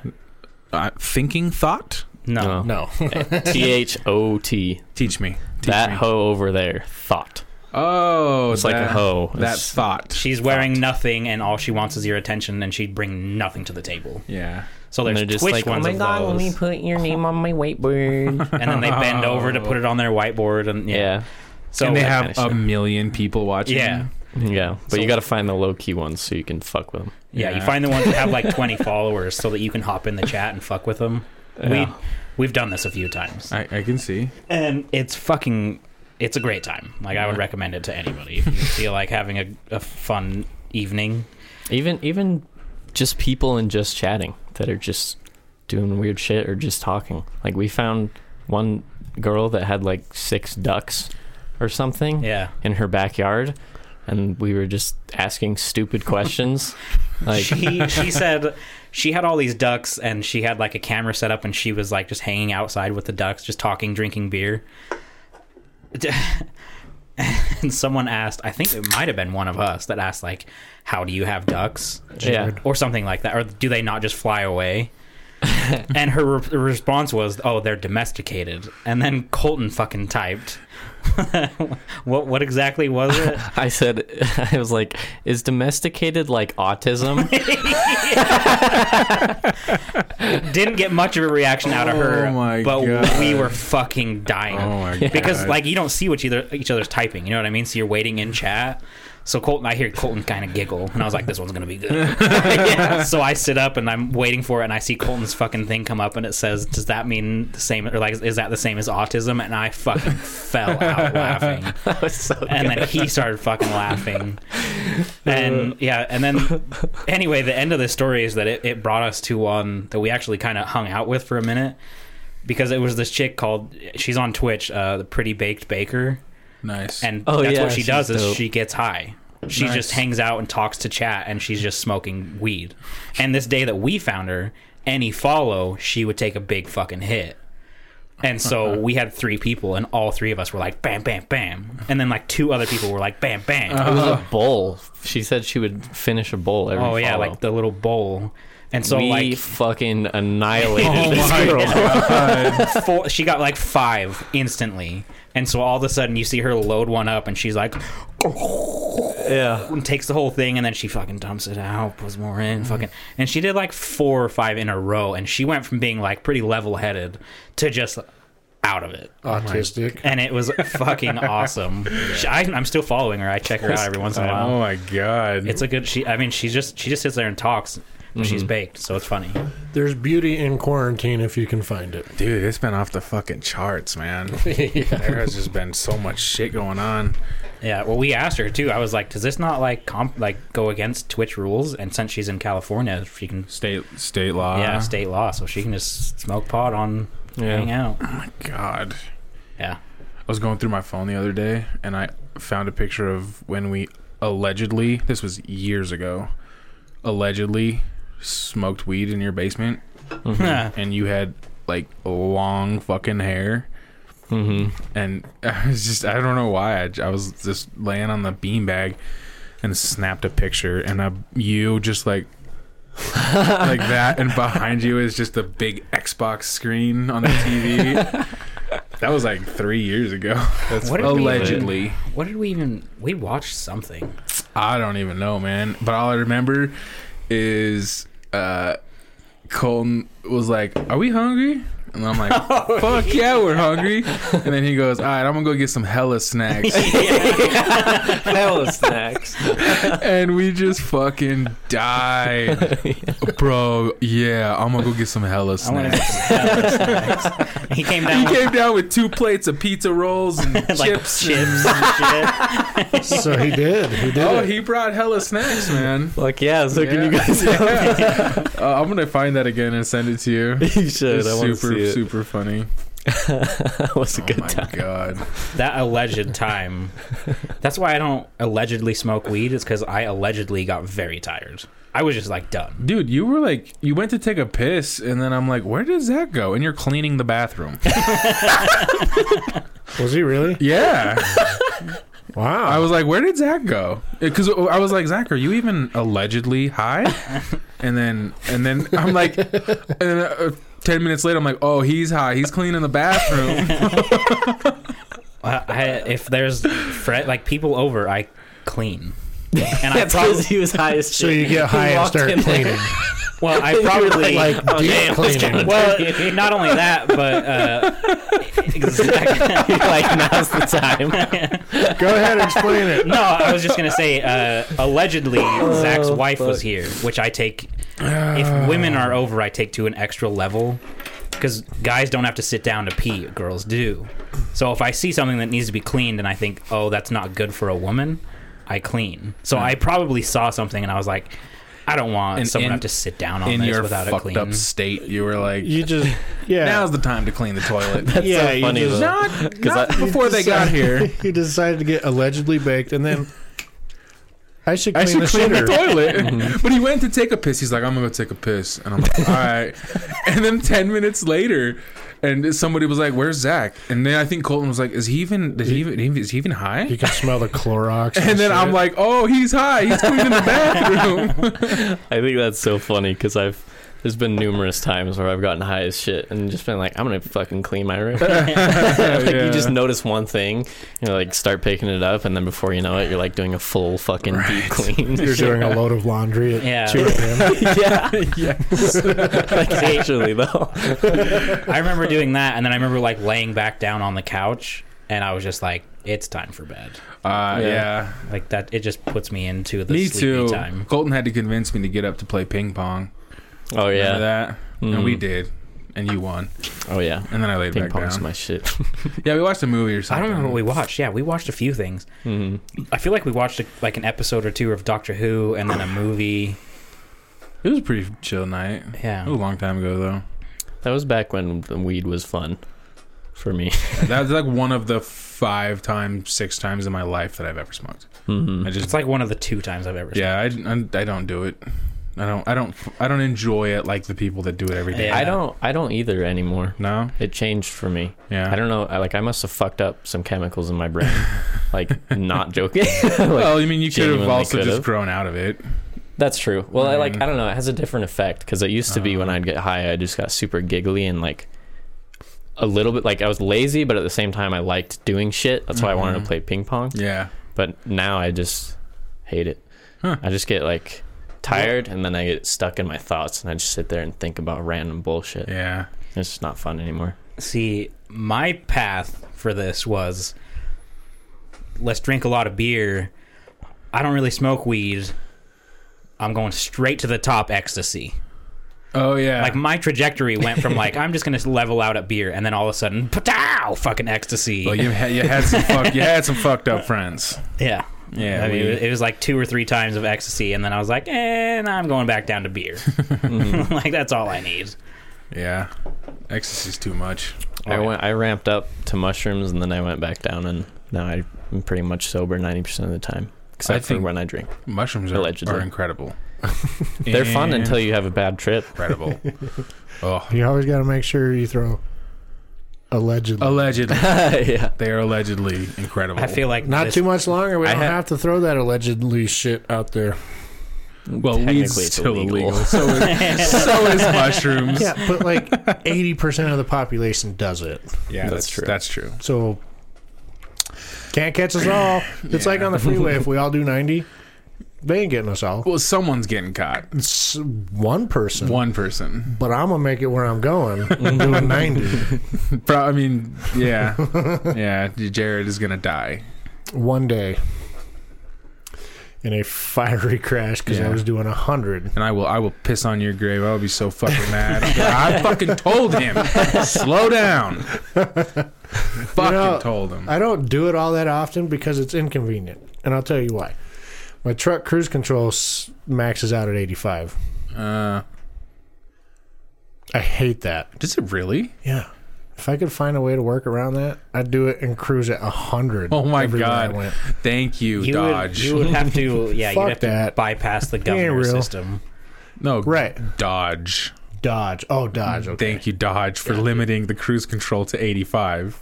Uh, thinking thought.
No.
No.
No.
T H O T.
Teach me. Teach
That
me.
hoe over there. Thought.
Oh,
It's like a
that-
hoe.
That
It's-
thought.
She's wearing nothing, and all she wants is your attention, and she'd bring nothing to the table.
yeah.
So
And
there's
they're just
Twitch
like, oh
ones
my
of
god, let me
those,
put your name on my whiteboard.
and then they bend over to put it on their whiteboard, and yeah.
yeah.
So
and they
that
have
kinda
a
shit.
million people watching.
yeah,
Yeah. But
So-
you got to find the low key ones so you can fuck with them.
yeah,
Yeah.
You find the ones that have like 20 followers, so that you can hop in the chat and fuck with them.
Yeah.
We we've done this a few times,
I, I can see.
and it's fucking it's a great time. Like I would recommend it to anybody if you feel like having a, a fun evening.
Even even just people and just chatting that are just doing weird shit or just talking. Like we found one girl that had like six ducks or something
Yeah,
in her backyard and we were just asking stupid questions. like
she she said she had all these ducks and she had like a camera set up and she was like just hanging outside with the ducks, just talking, drinking beer. And someone asked, I think it might have been one of us that asked, like, "How do you have ducks?"
yeah.
or something like that, or do they not just fly away? and her re- response was, "Oh, they're domesticated." And then Colton fucking typed, "What? What exactly was it?"
I said I was like, is domesticated like autism?
Didn't get much of a reaction out of her,
Oh my
but
God.
we were fucking dying
Oh my god.
because like you don't see what either each other's typing. You know what I mean? So you're waiting in chat. So Colton, I hear Colton kind of giggle, and I was like, "This one's gonna be good." Yeah. So I sit up and I'm waiting for it, and I see Colton's fucking thing come up, and it says, "Does that mean the same? Or like, is that the same as autism?" And I fucking fell out laughing,
that was so
and then he started fucking laughing, and yeah, and then anyway, the end of the story is that it, it brought us to one that we actually kind of hung out with for a minute because it was this chick called she's on Twitch, uh, the Pretty Baked Baker,
nice.
and
Oh,
that's
yeah,
what she
she's
does is
dope.
she gets high. She
Nice.
just hangs out and talks to chat, and she's just smoking weed. And this day that we found her, any follow, she would take a big fucking hit. And so we had three people, and all three of us were like, bam, bam, bam. And then like two other people were like, bam, bam.
It was a bowl. She said she would finish a bowl every
oh yeah,
follow.
like the little bowl. And so
we
like
fucking annihilated
oh
this
my
girl.
god.
four, she got like five instantly. And so all of a sudden you see her load one up and she's like
Yeah.
and takes the whole thing and then she fucking dumps it out, puts more in, fucking and she did like four or five in a row and she went from being like pretty level headed to just out of it.
Autistic.
And it was fucking awesome. She, I, I'm still following her. I check her out every once in a
uh,
while.
Oh my god.
It's a good. She. I mean, she's just she just sits there and talks. But She's baked, so it's funny.
There's beauty in quarantine if you can find it.
Dude, it's been off the fucking charts, man. There has just been so much shit going on.
Yeah, well, we asked her too. I was like, "Does this not like comp like go against Twitch rules?" And since she's in California, she can
State state law.
yeah state law, so she can just smoke pot on hang
Yeah.
out.
God.
Yeah,
I was going through my phone the other day and I found a picture of when we allegedly, this was years ago, allegedly smoked weed in your basement and you had like long fucking hair.
Mm-hmm.
And I was just, I don't know why. I, j- I was just laying on the beanbag and snapped a picture and I, you just like, like that. And behind you is just a big Xbox screen on the TV. that was like three years ago. That's
What did we even-
allegedly.
what did we even we watched something?
I don't even know, man. But all I remember is uh, Colton was like, "Are we hungry?" And I'm like, "Fuck yeah. we're hungry." And then he goes, "All right, I'm gonna go get some hella snacks."
Hella snacks.
and we just fucking died, bro. Yeah, I'm gonna go get some hella
I wanna
snacks.
he came down
He
with
came down with two plates of pizza rolls and
like
chips.
chips, and shit.
so he did. He did.
Oh,
it.
he brought hella snacks, man.
Like yeah, so
Yeah.
can you guys?
Yeah. Uh, I'm gonna find that again and send it to you.
you should. I want to
It's
see
super
it.
super funny.
that was a
oh
good
my
time.
god.
That alleged time. That's why I don't allegedly smoke weed. Is because I allegedly got very tired. I was just like done.
Dude, you were like you went to take a piss and then I'm like, "Where does that go?" And you're cleaning the bathroom.
Was he really?
yeah.
Wow.
I was like, "Where did Zach go?" Cuz I was like, "Zach, are you even allegedly high?" And then and then I'm like and then, uh, 10 minutes later I'm like, "Oh, he's high. He's cleaning the bathroom."
I, I, if there's fre- like people over, I clean. And I
That's
probably
because he was high as shit.
so you get high and
walked
start
in there.
cleaning.
well, I probably
like
"Oh,
deep cleaning.
well, not only that, but uh, exactly.
like now's the time.
Go ahead and explain it.
No, I was just gonna say. Uh, allegedly, Zach's wife was
Uh,
Oh, fuck.
Uh.
here, which I take. If women are over, I take to an extra level. because guys don't have to sit down to pee, girls do. So if I see something that needs to be cleaned and I think, oh, that's not good for a woman, I clean. So I probably saw something and I was like, I don't want
And
someone
in-
to have to sit down on
in
this
your
without a
fucked
clean.
up state, you were like,
You just yeah.
"Now's the time to clean the toilet."
yeah,
so
you
funny,
just-
though.
not,
'Cause
not before they got here.
you decided to get allegedly baked, and then I should
I
clean
should
the
clean the
shitter.
toilet. but he went to take a piss. He's like, I'm gonna go take a piss, and I'm like, all right. And then ten minutes later, and somebody was like, "Where's Zach?" And then I think Colton was like, "Is he even? Did he even? Is he even high?"
You can smell the Clorox.
And then I'm
shit.
like, "Oh, he's high. He's cleaning the bathroom."
I think that's so funny because I've there's been numerous times where I've gotten high as shit and just been like, I'm gonna fucking clean my room. like you just
Yeah.
notice one thing, you know, like start picking it up, and then before you know it, you're like doing a full fucking deep clean.
you're doing a load of laundry at
Yeah.
two a.m.
yeah, like actually though, Oh,
I remember doing that and then I remember like laying back down on the couch and I was just like, it's time for bed.
Uh,
Yeah.
yeah,
Like that, it just puts me into the
me
sleepy
too.
time.
Colton had to convince me to get up to play ping pong.
oh
Remember
yeah,
that, and
Mm.
we did, and you won,
oh yeah.
and then I laid
Ping
back
pong's
down.
my shit.
Yeah, we watched a movie or
I
something.
don't remember what we watched. Yeah, we watched a few things.
Mhm.
I feel like we watched like an episode or two of Doctor Who and then a movie.
It was a pretty chill night.
Yeah.
It was a long time ago though.
That was back when the weed was fun for me.
That's like one of the five times, six times in my life that I've ever smoked.
Mhm.
I
It's
just,
like one of the two times I've ever.
yeah, I, I, I don't do it. I don't, I don't, I don't enjoy it like the people that do it every day.
Yeah.
I don't. I don't either anymore.
No,
It changed for me.
yeah.
I don't know. I, like I must have fucked up some chemicals in my brain. like not joking. Like,
well, I mean, you could have
genuinely
also
could
just
have.
grown out of it.
that's true. Well, I like
Mm. Uh.
I don't know. It has a different effect because it used to be when I'd get high, I just got super giggly and like a little bit like I was lazy, but at the same time I liked doing shit. That's why I wanted to
Mhm.
play ping pong.
Yeah,
But now I just hate it.
Huh.
I just get like tired and then I get stuck in my thoughts and I just sit there and think about random bullshit.
yeah.
It's just not fun anymore.
See, my path for this was let's drink a lot of beer. I don't really smoke weed. I'm going straight to the top ecstasy.
Oh yeah.
Like my trajectory went from like I'm just gonna level out at beer, and then all of a sudden, pow, fucking ecstasy.
well, you had you had some fuck, you had some fucked up friends.
yeah,
Yeah,
I mean,
we-
it was like two or three times of ecstasy, and then I was like, and I'm going back down to beer.
Mm-hmm.
like that's all I need.
yeah. Ecstasy's too much.
I
Right.
went. I ramped up to mushrooms, and then I went back down, and now I'm pretty much sober ninety percent of the time, except
think-
for when I drink.
Mushrooms are,
Allegedly.
are incredible.
They're fun until you have a bad trip.
incredible. oh,
You always got to make sure you throw allegedly.
allegedly,
yeah.
they are allegedly incredible.
I feel like
Not
this-
too much longer. We
I
don't
ha-
have to throw that allegedly shit out there.
Well, weed's
Technically, it's
still illegal.
illegal.
So, is, so is mushrooms.
Yeah, but like eighty percent of the population does it.
Yeah,
That's true.
That's true.
So can't catch us all. It's like on the freeway. If we all do ninety, they ain't getting us all.
Well, someone's getting caught.
It's one person.
One person.
But I'm gonna make it where I'm going. I'm doing ninety
Pro- I mean, yeah, yeah. Jared is gonna die.
one day in a fiery crash because
Yeah.
I was doing hundred.
and I will I will piss on your grave. I'll be so fucking mad. I fucking told him, slow down. fucking
know,
told him.
I don't do it all that often because it's inconvenient, and I'll tell you why. My truck cruise control s- maxes out at eighty-five.
uh,
I hate that.
does it really?
Yeah. If I could find a way to work around that, I'd do it and cruise at 100.
Oh my
everywhere I
God.
went.
Thank you,
You would,
Dodge.
you would have to, yeah, you'd
Fuck
have to
that.
bypass the governor
real.
system.
no,
Right.
Dodge.
Dodge. Oh, Dodge. Okay.
Thank you, Dodge, for limiting the cruise control to 85.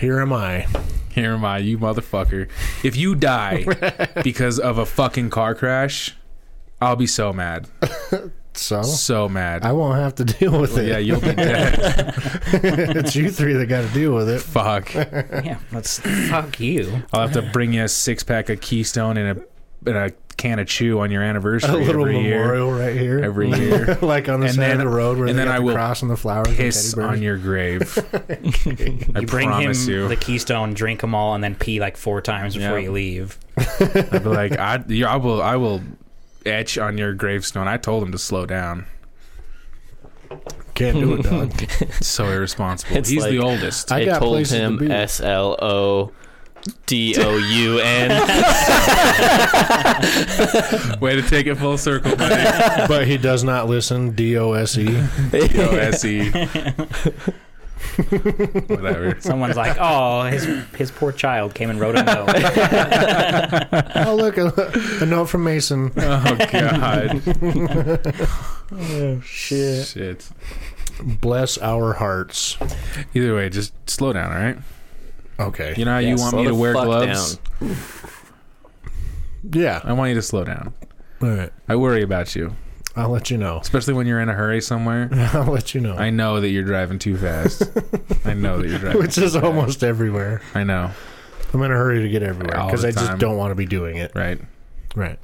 Here am I.
Here am I, you motherfucker. If you die because of a fucking car crash, I'll be so mad.
So
So mad.
Oh. I won't have to deal with
yeah,
it.
you'll be dead.
it's you three that got to deal with it.
Fuck.
Yeah, that's fuck you.
I'll have to bring you a six pack of Keystone and a and a can of Chew on your anniversary
A little
every year.
memorial right here.
Every year.
like on the
And
side
then-
of the road where
and
they
then
got
I
the
will
cross and the flowers and
Piss
teddy bears.
on your grave. I
You bring him
promise you.
the Keystone, drink them all, and then pee like four times before
Yeah.
you leave.
I'll be like, I, you- I will, I will etch on your gravestone. I told him to slow down.
Can't do it, dog.
So irresponsible.
It's
He's the
like-
oldest.
I
I
got
told
places to
him
be.
S L O D O U N.
Way to take it full circle, buddy.
but he does not listen. D O S E.
Yo, SE. Whatever.
Someone's like, "Oh, his his poor child came and wrote a note."
Oh look, a, a note from Mason.
Oh god.
Oh shit.
Shit.
Bless our hearts.
Either way, just slow down, all right?
Okay.
You know how
Yeah,
you want
slow
me to
the
wear
fuck
gloves?
Yeah.
I want you to slow down.
All right.
I worry about you,
I'll let you know.
especially when you're in a hurry somewhere.
I'll let you know.
I know that you're driving too fast. I know that you're driving.
Which is almost everywhere.
I know,
I'm in a hurry to get everywhere
All
because
the
I just
time.
don't want to be doing it.
right?
Right.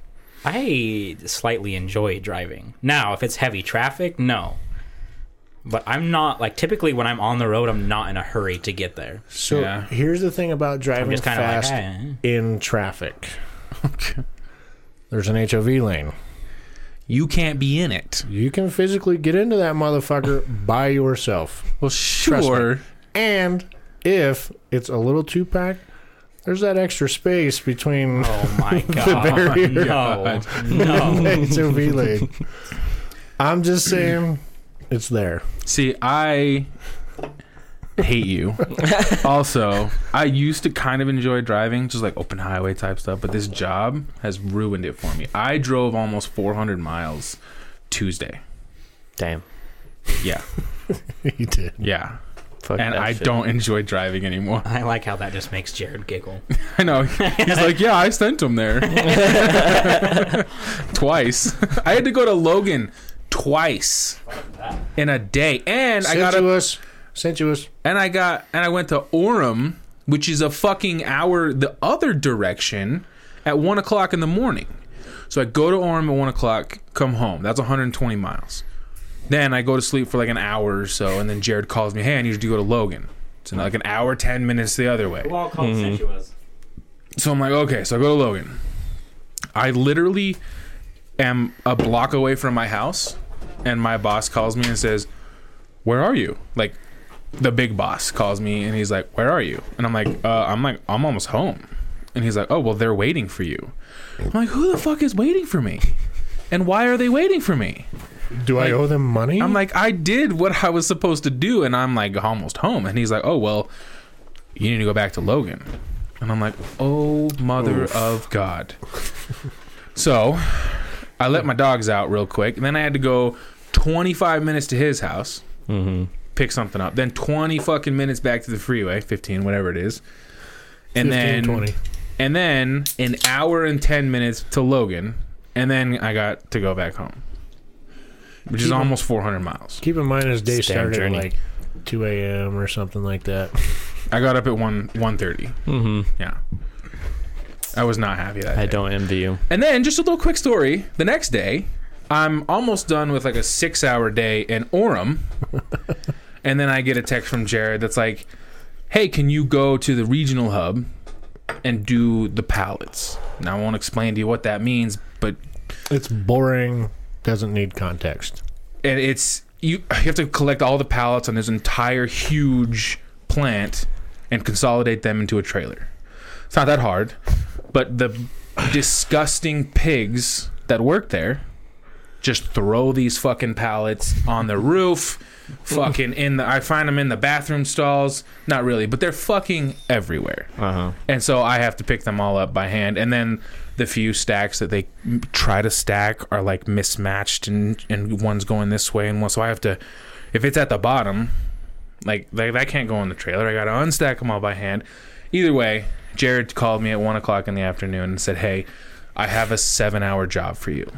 I slightly enjoy driving. Now, if it's heavy traffic, no. But I'm not like typically when I'm on the road, I'm not in a hurry to get there.
So
Yeah.
here's the thing about
I'm
driving
just kind of like,
fast
"Eh."
in traffic. There's an HOV lane.
You can't be in it.
You can physically get into that motherfucker by yourself.
Well, sure.
And if it's a little too packed, there's that extra space between
oh my
the
god,
barrier
no,
Oh.
no.
and HOV lane. I'm just saying, it's there.
See, I hate you. also, I used to kind of enjoy driving, just like open highway type stuff, but this job has ruined it for me. I drove almost 400 miles Tuesday.
Damn.
Yeah,
he did.
yeah.
Fuck
And
that
I
shit.
don't enjoy driving anymore.
I like how that just makes Jared giggle.
I know. He's like, yeah, I sent him there twice. I had to go to Logan twice in a day, and I
Sent
got a
you us. Sent you us.
and I got and I went to Orem, which is a fucking hour the other direction at one o'clock in the morning. So I go to Orem at one o'clock, come home. That's 120 miles. Then I go to sleep for like an hour or so, and then Jared calls me, "Hey, I need you to go to Logan." It's like an hour, ten minutes the other way.
all called sensuous.
So I'm like, okay, so I go to Logan. I literally am a block away from my house, and my boss calls me and says, Where are you? Like, the big boss calls me and he's like, Where are you? And I'm like, uh, I'm like, I'm almost home. And he's like, Oh, well, they're waiting for you. I'm like, Who the fuck is waiting for me? And why are they waiting for me?
Do I owe them money?
I'm like, I did what I was supposed to do, and I'm like almost home. And he's like, Oh well, you need to go back to Logan. And I'm like, Oh mother of God. so I let my dogs out real quick, and then I had to go 25 minutes to his house,
Mm-hmm.
pick something up, then 20 fucking minutes back to the freeway, 15, whatever it is, and
15,
then
20.
and then an hour and 10 minutes to Logan, and then I got to go back home. Which is
Keep 'em-
almost 400 miles.
Keep in mind his day
It's a damn
started
journey.
at like 2 a.m. or something like that.
I got up at one one thirty.
Mhm.
Yeah, I was not happy that
I
day.
don't envy you.
And then just a little quick story. The next day, I'm almost done with like a six hour day in Orem, and then I get a text from Jared that's like, "Hey, can you go to the regional hub and do the pallets?" And I won't explain to you what that means, but
It's boring. Doesn't need context.
and it's you you have to collect all the pallets on this entire huge plant and consolidate them into a trailer. It's not that hard, but the disgusting pigs that work there just throw these fucking pallets on the roof, fucking in the I find them in the bathroom stalls, not really, but they're fucking everywhere.
Uh huh.
And so I have to pick them all up by hand. And then the few stacks that they m- try to stack are like mismatched, and and one's going this way, and one. So I have to, if it's at the bottom, like that, that can't go in the trailer. I got to unstack them all by hand. Either way, Jared called me at one o'clock in the afternoon and said, "Hey, I have a seven-hour job for you.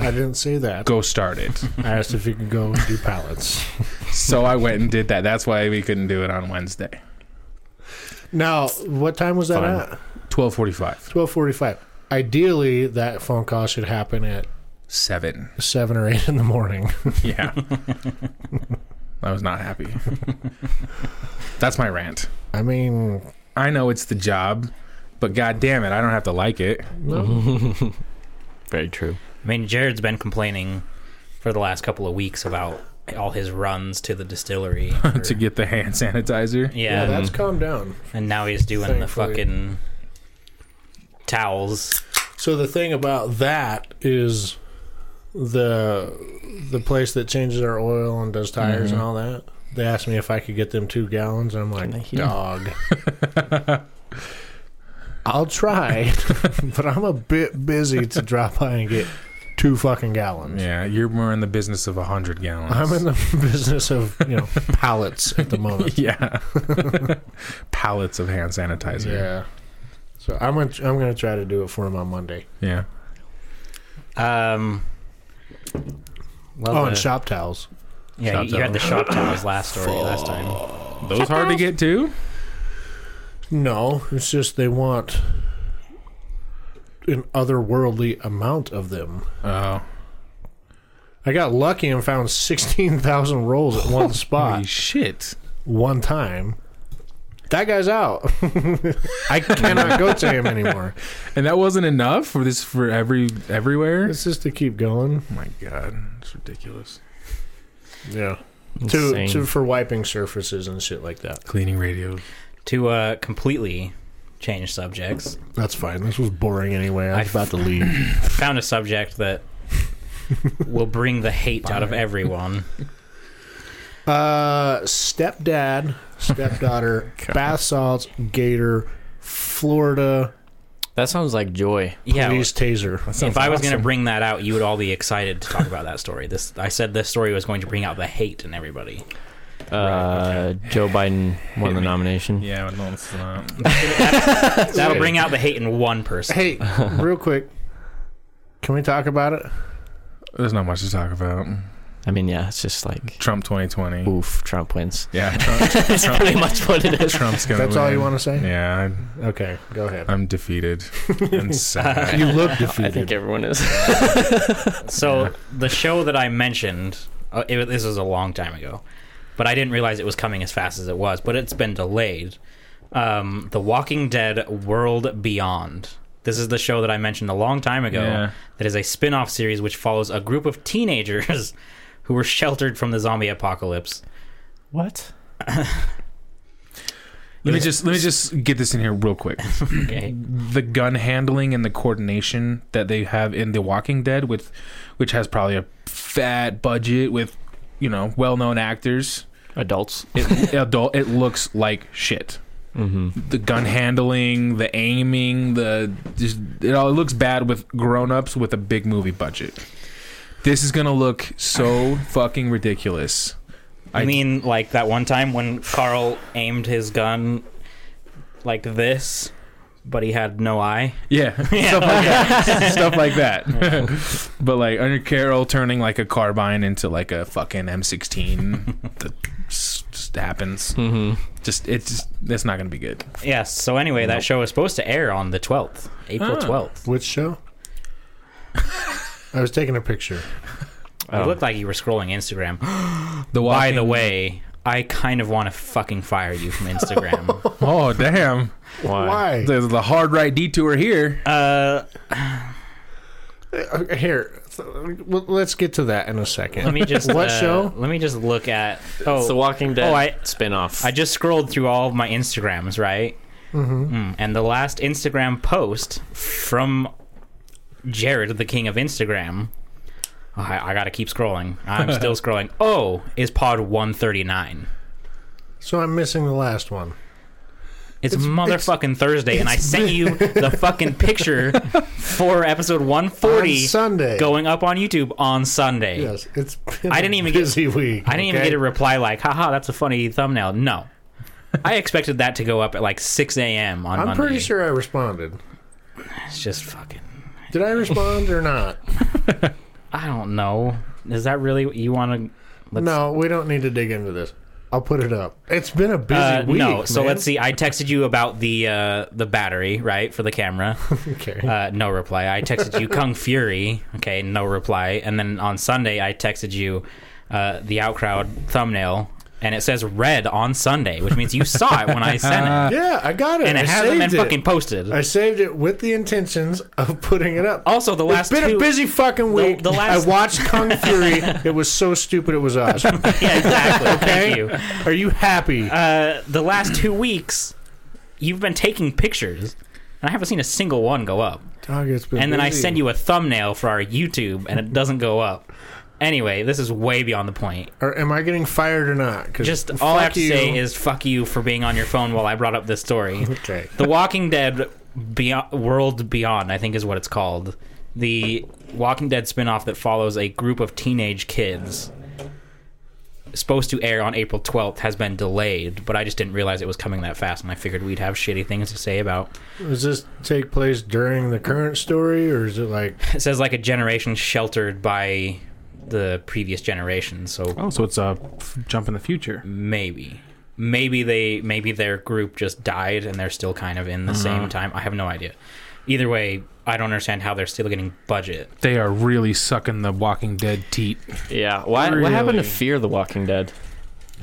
I didn't say that.
Go start it."
I asked if you could go and do pallets.
so I went and did that. That's why we couldn't do it on Wednesday,
Now, what time was that
Fine.
at?
twelve forty-five,
12:45. Ideally, that phone call should happen at
seven.
seven or eight in the morning.
Yeah. I was not happy. That's my rant.
I mean,
I know it's the job, but god damn it, I don't have to like it.
Mm-hmm.
Very true.
I mean, Jared's been complaining for the last couple of weeks about all his runs to the distillery. for-
to get the hand sanitizer.
Yeah,
yeah,
that's calmed down.
and now he's doing the
Thankfully.
fucking towels.
So the thing about that is the the place that changes our oil and does tires and all that. They asked me if I could get them two gallons, and I'm
Can I
like,
hear?
dog. I'll try, but I'm a bit busy to drop by and get two fucking gallons.
Yeah, you're more in the business of a hundred gallons.
I'm in the business of you know pallets at the moment.
yeah, pallets of hand sanitizer.
Yeah. So I'm gonna I'm gonna try to do it for him on Monday.
Yeah,
Um, love
oh,
the-
and shop towels.
yeah,
shop
you, you had the shop towels last story last time.
Oh.
those hard to get too.
No, it's just they want an otherworldly amount of them.
Oh,
I got lucky and found 16,000 rolls at one
holy
spot
shit!
one time. That guy's out. I cannot go to him anymore.
And that wasn't enough for this for every everywhere.
It's just to keep going.
Oh my god, it's ridiculous.
Yeah. To,
Insane.
to for wiping surfaces and shit like that.
Cleaning radios.
To uh, completely change subjects,
That's fine. This was boring anyway. I was about to leave.
I found a subject that will bring the hate out of everyone.
Uh, stepdad, stepdaughter, bath salts, gator, Florida,
That sounds like joy.
Yeah,
police taser.
if I was going to bring that out, you would all be excited to talk about that story. This I said this story was going to bring out the hate in everybody.
Uh, Joe Biden won the nomination.
Yeah, no, it's not.
That'll bring out the hate in one person.
Hey, real quick, can we talk about it?
There's not much to talk about.
I mean, yeah, it's just like
Trump 2020.
oof, Trump wins.
Yeah, Trump,
That's
Trump-
pretty much what it is.
Trump's gonna.
That's all you
win.
want to say?
Yeah,
Okay, go ahead.
I, I'm defeated and sad.
You look defeated.
I think everyone is.
So the show that I mentioned, uh, it, this was a long time ago, but I didn't realize it was coming as fast as it was. But it's been delayed. Um, the Walking Dead: World Beyond. This is the show that I mentioned a long time ago.
Yeah.
That is a spin-off series which follows a group of teenagers who were sheltered from the zombie apocalypse.
what?
Let me just let me just get this in here real quick.
Okay.
the gun handling and the coordination that they have in The Walking Dead with which has probably a fat budget with you know well-known actors
Adults.
it, adult it looks like shit
Mm-hmm.
the gun handling the aiming the just, it all it looks bad with grown-ups with a big movie budget this is gonna look so fucking ridiculous
I mean, like that one time when Carl aimed his gun like this, but he had no eye.
Yeah, stuff like that. stuff like that. but like under Carol turning like a carbine into like a fucking M16, that s- just happens.
Mm-hmm.
Just it's just, that's not gonna be good.
Yes. So anyway, that show is supposed to air on the twelfth, April
Ah.
twelfth.
Which show? I was taking a picture. Oh.
It looked like you were scrolling Instagram.
The
By
walking,
the way, I kind of want to fucking fire you from Instagram.
oh damn,
Why?
Why?
there's the hard right detour here.
uh,
Uh, Here, th- well, let's get to that in a second.
let me just
What
uh,
show?
Let me just look at. Oh,
It's The Walking Dead
Oh, I-
spin-off.
I just scrolled through all of my Instagrams, right? Mm-hmm. and the last Instagram post from Jared, the king of Instagram. Oh, I, I gotta keep scrolling. I'm still scrolling. Oh, is Pod 139.
So I'm missing the last one.
It's, motherfucking Thursday, and I sent you the fucking picture for episode 140
On Sunday.
going up on YouTube on Sunday.
Yes, it's. Been
I didn't even get-
busy week.
I didn't even
okay?
get a reply like, haha, that's a funny thumbnail. No. I expected that to go up at like 6 a.m. on
I'm
Monday.
pretty sure I responded.
It's just fucking.
Did I respond or not?
I don't know. Is that really what you want to?
no, we don't need to dig into this. I'll put it up. It's been a busy
Uh,
week.
no. So
man.
let's see. I texted you about the uh, the battery, right, for the camera.
Okay.
Uh, no reply. I texted you Kung Fury. Okay, no reply. And then on Sunday, I texted you uh, the Outcrowd thumbnail. and it says red on Sunday, which means you saw it when I sent it,
Yeah, I got it.
and
I
it hasn't been
saved it. Uh,
fucking posted.
I saved it with the intentions of putting it up.
Also, Oh, the last
it's been
two-
a busy fucking week.
the last-
I watched Kung Fury. it was so stupid. It was awesome.
yeah, exactly. Thank
Okay,
you.
are you happy?
Uh, the last two weeks, you've been taking pictures, and I haven't seen a single one go up.
Dog, it's been
and then I
busy.
send you a thumbnail for our YouTube, and it doesn't go up. Anyway, this is way beyond the point.
Or am I getting fired or not? 'Cause
Just all I
fuck
have to
you.
say is fuck you for being on your phone while I brought up this story.
okay.
The Walking Dead Beyond, World Beyond, I think is what it's called. The Walking Dead spin-off that follows a group of teenage kids supposed to air on April 12th has been delayed, but I just didn't realize it was coming that fast and I figured we'd have shitty things to say about.
Does this take place during the current story, or is it like
It says like a generation sheltered by the previous generation, so
Oh, so it's a f- jump in the future.
maybe maybe they maybe their group just died and they're still kind of in the
Mm-hmm.
same time. I have no idea. Either way, I don't understand how they're still getting budget.
They are really sucking the Walking Dead teat.
Yeah. Why, What happened
Really?
to Fear the Walking Dead?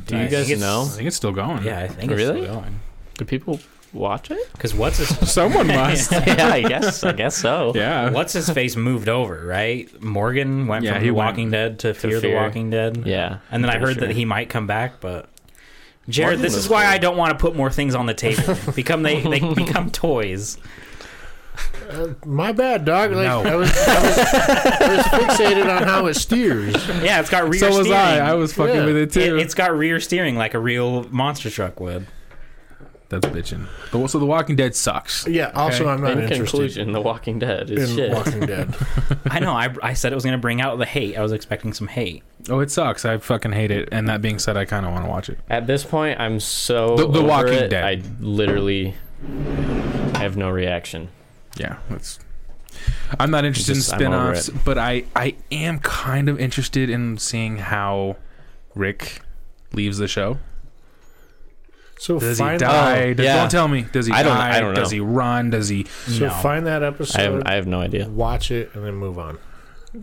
Do
I
you guys
think it's-
know?
I think it's still going.
Yeah, I think
Mm-hmm. Really?
it's still going.
Do people watch it?
Because what's his
Someone must.
yeah, I guess. I guess so.
yeah.
what's his face moved over, right? Morgan went
Yeah,
from
he
The
went
Walking Dead to, Fear, the
Fear.
Walking Dead.
Yeah.
And then I
I'm
heard
sure.
that he might come back, but Jared,
Morgan
this
was
is why
cool.
I don't want to put more things on the table. become they, they become toys.
my bad, dog? Like
No.
I, was, I, was, I was fixated on how it steers.
Yeah, it's got rear
So was
steering.
I. I was fucking
Yeah.
with it
It,
too.
it's got rear steering like a real monster truck would.
That's bitching. But- So The Walking Dead sucks.
Yeah. Also,
Okay.
I'm not
In
interested
conclusion, The Walking Dead is
in
shit.
Walking Dead.
I know. I, I said it was going to bring out the hate. I was expecting some hate.
Oh, it sucks. I fucking hate it. And that being said, I kind of want to watch it.
At this point, I'm so
The- The
over
Walking
it,
Dead.
I literally have no reaction.
Yeah, that's. I'm not interested
Just-
in
I'm over
spin-offs, but I I am kind of interested in seeing how Rick leaves the show.
So
Does
find
he die?
Oh,
Does-
yeah.
Don't tell me. Does he
I don't-
die?
I don't
Does
know.
he run? Does he?
So
No.
find that
I have,
episode,
I have no idea.
watch it, and then move on.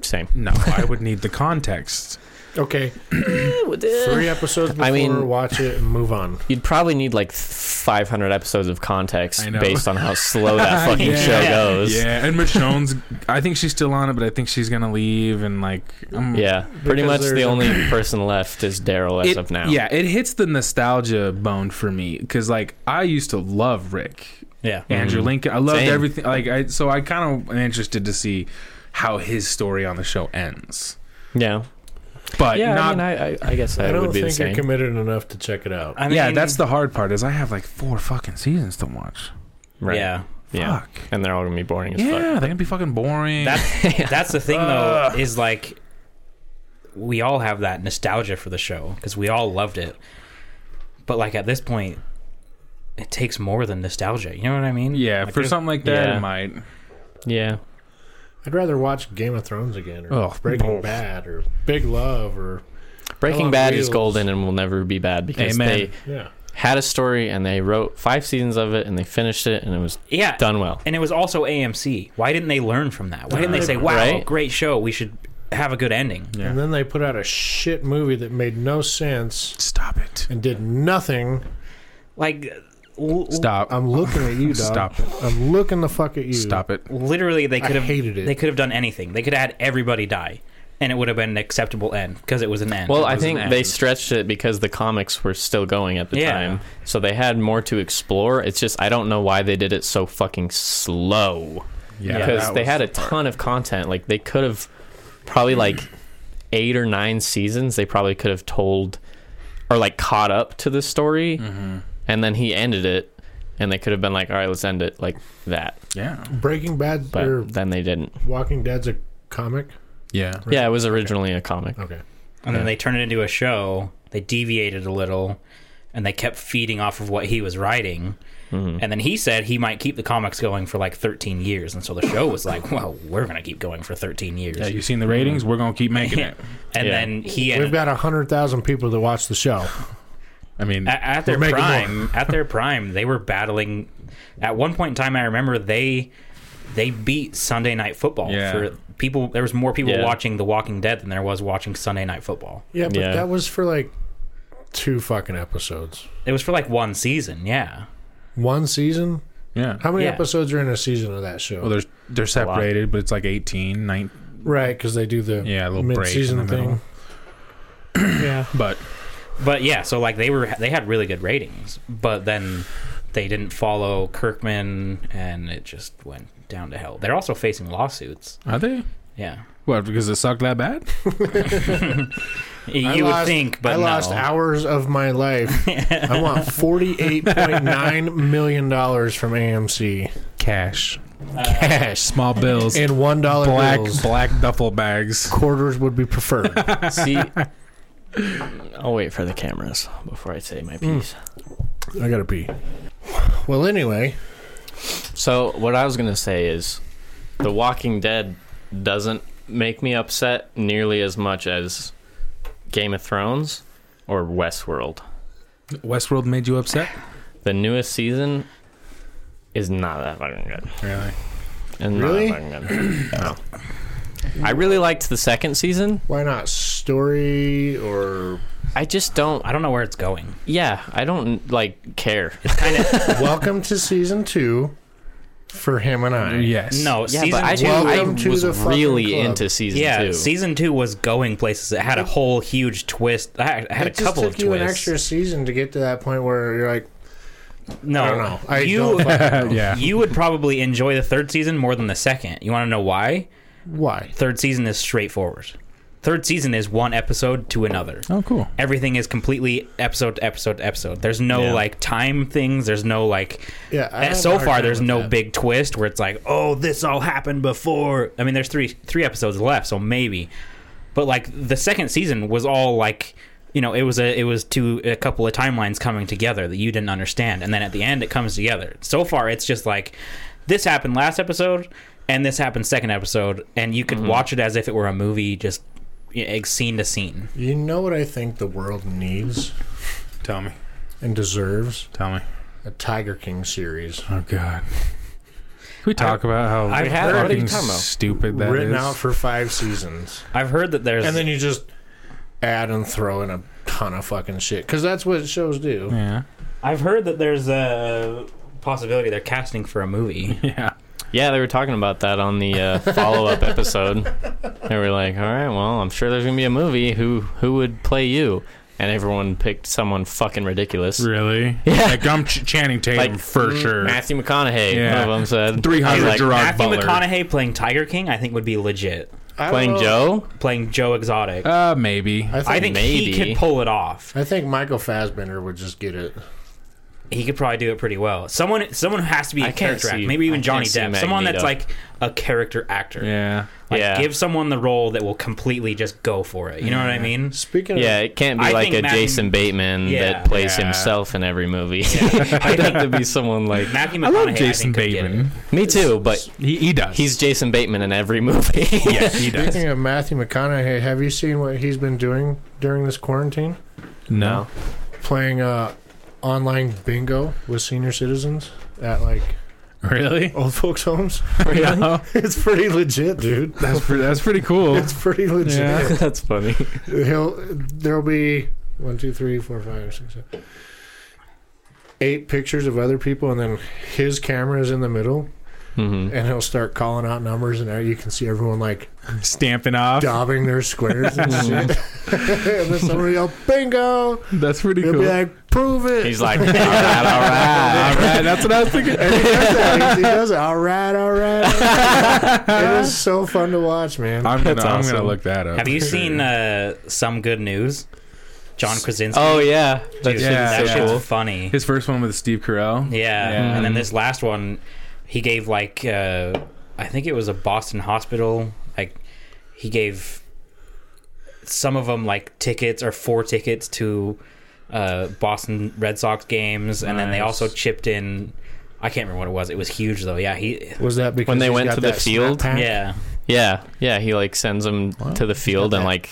Same.
No, I would need the context.
Okay, three episodes before,
I mean-
watch it and move on.
You'd probably need like 500 episodes of context
I know.
based on how slow that fucking
Yeah.
show goes. Yeah.
Yeah, and Mitch Jones. I think she's still on it, but I think she's gonna leave. And like, um, I'm,
Pretty
Because
much the
there's a-
only person left is Daryl as
It-
of now.
Yeah, it hits the nostalgia bone for me because like I used to love Rick
Yeah.
Andrew
Mhm.
Lincoln. I loved
Same.
everything. Like I, so I kind of am interested to see how his story on the show ends,
Yeah.
but
yeah,
not.
I, mean, I, I, I guess I,
I don't
would be the
think I
same.
committed enough to check it out.
I mean,
yeah, that's the hard part. Is I have like four fucking seasons to watch.
right.
Yeah.
Yeah.
Fuck.
And they're all going to be boring as
Yeah,
fuck.
they're gonna be fucking boring.
That's that's the thing though
Ugh.
is like we all have that nostalgia for the show because we all loved it. But like at this point, it takes more than nostalgia. You know what I mean?
yeah,
Like,
for
there's-
something like that,
Yeah.
it might.
Yeah.
I'd rather watch Game of Thrones again, or
Oh,
Breaking
both.
Bad, or Big Love, or
Breaking
on
Bad
Wheels.
is golden and will never be bad because
Amen.
they
yeah.
had a story and they wrote five seasons of it and they finished it and it was
Yeah.
done well.
And it was also AMC. Why didn't they learn from that? Why
Uh,
didn't they say, "Wow,
Right.
great show. We should have a good ending."
Yeah.
And then they put out a shit movie that made no sense
Stop it.
and did nothing.
Like l-
Oh.
Stop.
Oh, I'm looking at you, dog.
Stop it.
I'm looking the fuck at you.
Stop it.
literally they
I
could have
hated it.
They could have done anything. They could have had everybody die and it would have been an acceptable end because it was an end.
Well,
It
I
was an
think they
end.
stretched it because the comics were still going at the
Yeah.
time. So they had more to explore. It's just I don't know why they did it so fucking slow.
Yeah,
because
that
they
was
had a
the part.
ton of content. Like they could have probably like eight or nine seasons. They probably could have told or like caught up to the story,
Mm-hmm.
and then he ended it, and they could have been like, "All right, let's end it like that."
Yeah.
Breaking Bad
But
or
then they didn't.
Walking Dead's a comic.
Yeah.
Yeah, it was originally a comic.
Okay.
and then they turned it into a show. They deviated a little, and they kept feeding off of what he was writing.
Mm-hmm.
And then he said he might keep the comics going for like 13 years, and so the show was like, "Well, we're gonna keep going for 13 years."
Yeah, you've seen the ratings. We're gonna keep making it.
and
Yeah.
then he
We've
ended,
got hundred thousand people that watch the show.
I mean,
at, at their
We're making
prime, at their prime, they were battling. At one point in time, I remember they they beat Sunday Night Football
Yeah.
for people. There was more people
Yeah.
watching The Walking Dead than there was watching Sunday Night Football.
Yeah, but
Yeah.
that was for like two fucking episodes.
It was for like one season, yeah.
One season?
Yeah.
How many
Yeah.
episodes are in a season of that show?
Well, they're they're separated, but it's like 18, 19,
right, because they do the
yeah, a little break in the
mid-season
middle.
thing. yeah.
But
But yeah, so like they were they had really good ratings, but then they didn't follow Kirkman and it just went down to hell. They're also facing lawsuits.
are they?
Yeah.
What? Because it sucked that bad?
You
I
would
lost-
think, but
I lost
no.
hours of my life. I want forty-eight point nine million dollars from AMC
Cash,
cash
small bills,
and one dollar
black
bills.
black duffel bags.
Quarters would be preferred.
See, I'll wait for the cameras before I say my
Mm.
piece.
I gotta pee. Well, anyway,
So what I was gonna say is, The Walking Dead doesn't make me upset nearly as much as Game of Thrones or Westworld.
Westworld made you upset?
The newest season is not that fucking good.
Really?
And
Really?
Not that fucking good. No. I really liked the second season.
why not story or
I just don't.
I don't know where it's going.
Yeah, I don't like care.
welcome to season two for him and I.
Yes.
No,
Yeah,
season
but I,
two.
do, I
Welcome to
was
the fucking
really
club.
into season
yeah,
two.
season two was going places. It had a whole huge twist. I had, I had a
It just
couple
took
of
you
twists.
an extra season to get to that point where you're like,
no,
I don't know. I
you
don't fucking know.
yeah.
you would probably enjoy the third season more than the second. You want to know why?
Why?
Third season is straightforward. Third season is one episode to another.
Oh, cool.
Everything is completely episode to episode to episode. There's no
Yeah.
like time things. There's no like.
Yeah. I have a
so
hard
far,
time
there's
with
no
that.
big twist where it's like, oh, this all happened before. I mean, there's three three episodes left, so maybe. But like the second season was all like, you know, it was a it was two a couple of timelines coming together that you didn't understand, and then at the end it comes together. So far, it's just like this happened last episode and this happened second episode, and you could
Mm-hmm.
watch it as if it were a movie, just you know, scene to scene.
You know what I think the world needs
Tell me.
and deserves?
Tell me.
A Tiger King series.
Oh God. Can we talk about how
I've had- what are you
fucking
talking about?
stupid that is?
written out for five seasons.
I've heard that there's
And then you just add and throw in a ton of fucking shit. Because that's what shows do.
yeah.
I've heard that there's a possibility they're casting for a movie.
Yeah.
Yeah, they were talking about that on the uh, follow-up episode. They were like, "All right, well, I'm sure there's gonna be a movie. Who who would play you?" And everyone picked someone fucking ridiculous.
Really? Yeah. Like I'm Ch- Channing Tatum
Like, mm,
for sure.
Matthew McConaughey.
Yeah.
One of them said
300
I was
Gerard
Matthew
Butler.
McConaughey playing Tiger King, I think would be legit.
I don't
playing
know.
Joe.
Playing Joe Exotic,
Uh, maybe.
I think,
I think he
maybe.
could pull it off.
I think Michael Fassbender would just get it.
He could probably do it pretty well. Someone, someone who has to be a
I can't
character actor,
see-
maybe
I
even
can't
Johnny
see
Depp, someone that's
Magneto.
like a character actor.
yeah.
Like,
Yeah.
give someone the role that will completely just go for it. You know what I mean?
Speaking
Yeah, it can't be
I
like
think
a
Matthew-
Jason Bateman
Yeah.
that plays
Yeah.
himself in every movie. It'd have to be someone like
Matthew McConaughey,
I
I
love Jason
think, could get
Bateman.
it.
me too, but
He, he does.
he's Jason Bateman in every movie.
yes, he
of,
does.
speaking of Matthew McConaughey, have you seen what he's been doing during this quarantine?
No.
Playing uh, online bingo with senior citizens at like
Really?
old folks' homes.
No.
It's pretty legit, dude.
That's pretty, that's pretty cool.
It's pretty legit.
Yeah.
That's funny.
He'll there'll be one, two, three, four, five, six, seven, eight pictures of other people, and then his camera is in the middle,
hmm
and he'll start calling out numbers, and now you can see everyone like
Stamping off.
daubing their squares and shit. and then somebody will bingo.
That's pretty
He'll
cool.
be like, prove it.
He's like, all right, all right.
all right, that's what I was thinking.
and he does that. He does it. All right, all right. all right." it is so fun to watch, man.
I'm gonna,
That's
I'm
awesome.
gonna look that up.
Have you
for sure.
seen uh, some good news? John Krasinski.
Oh yeah,
Dude,
that
shit's yeah,
that
shit's so
shit's
cool.
funny.
his first one with Steve Carell?
Yeah.
Yeah.
And then this last one, he gave like uh, I think it was a Boston hospital. Like he gave some of them like tickets or four tickets to uh, Boston Red Sox games, and then they
Nice.
also chipped in. I can't remember what it was. It was huge though. Yeah. He.
Was that because
When they
he's
went
got
to the
that snap
field?
pack?
Yeah.
Yeah, yeah. He like sends him to the field and
that.
like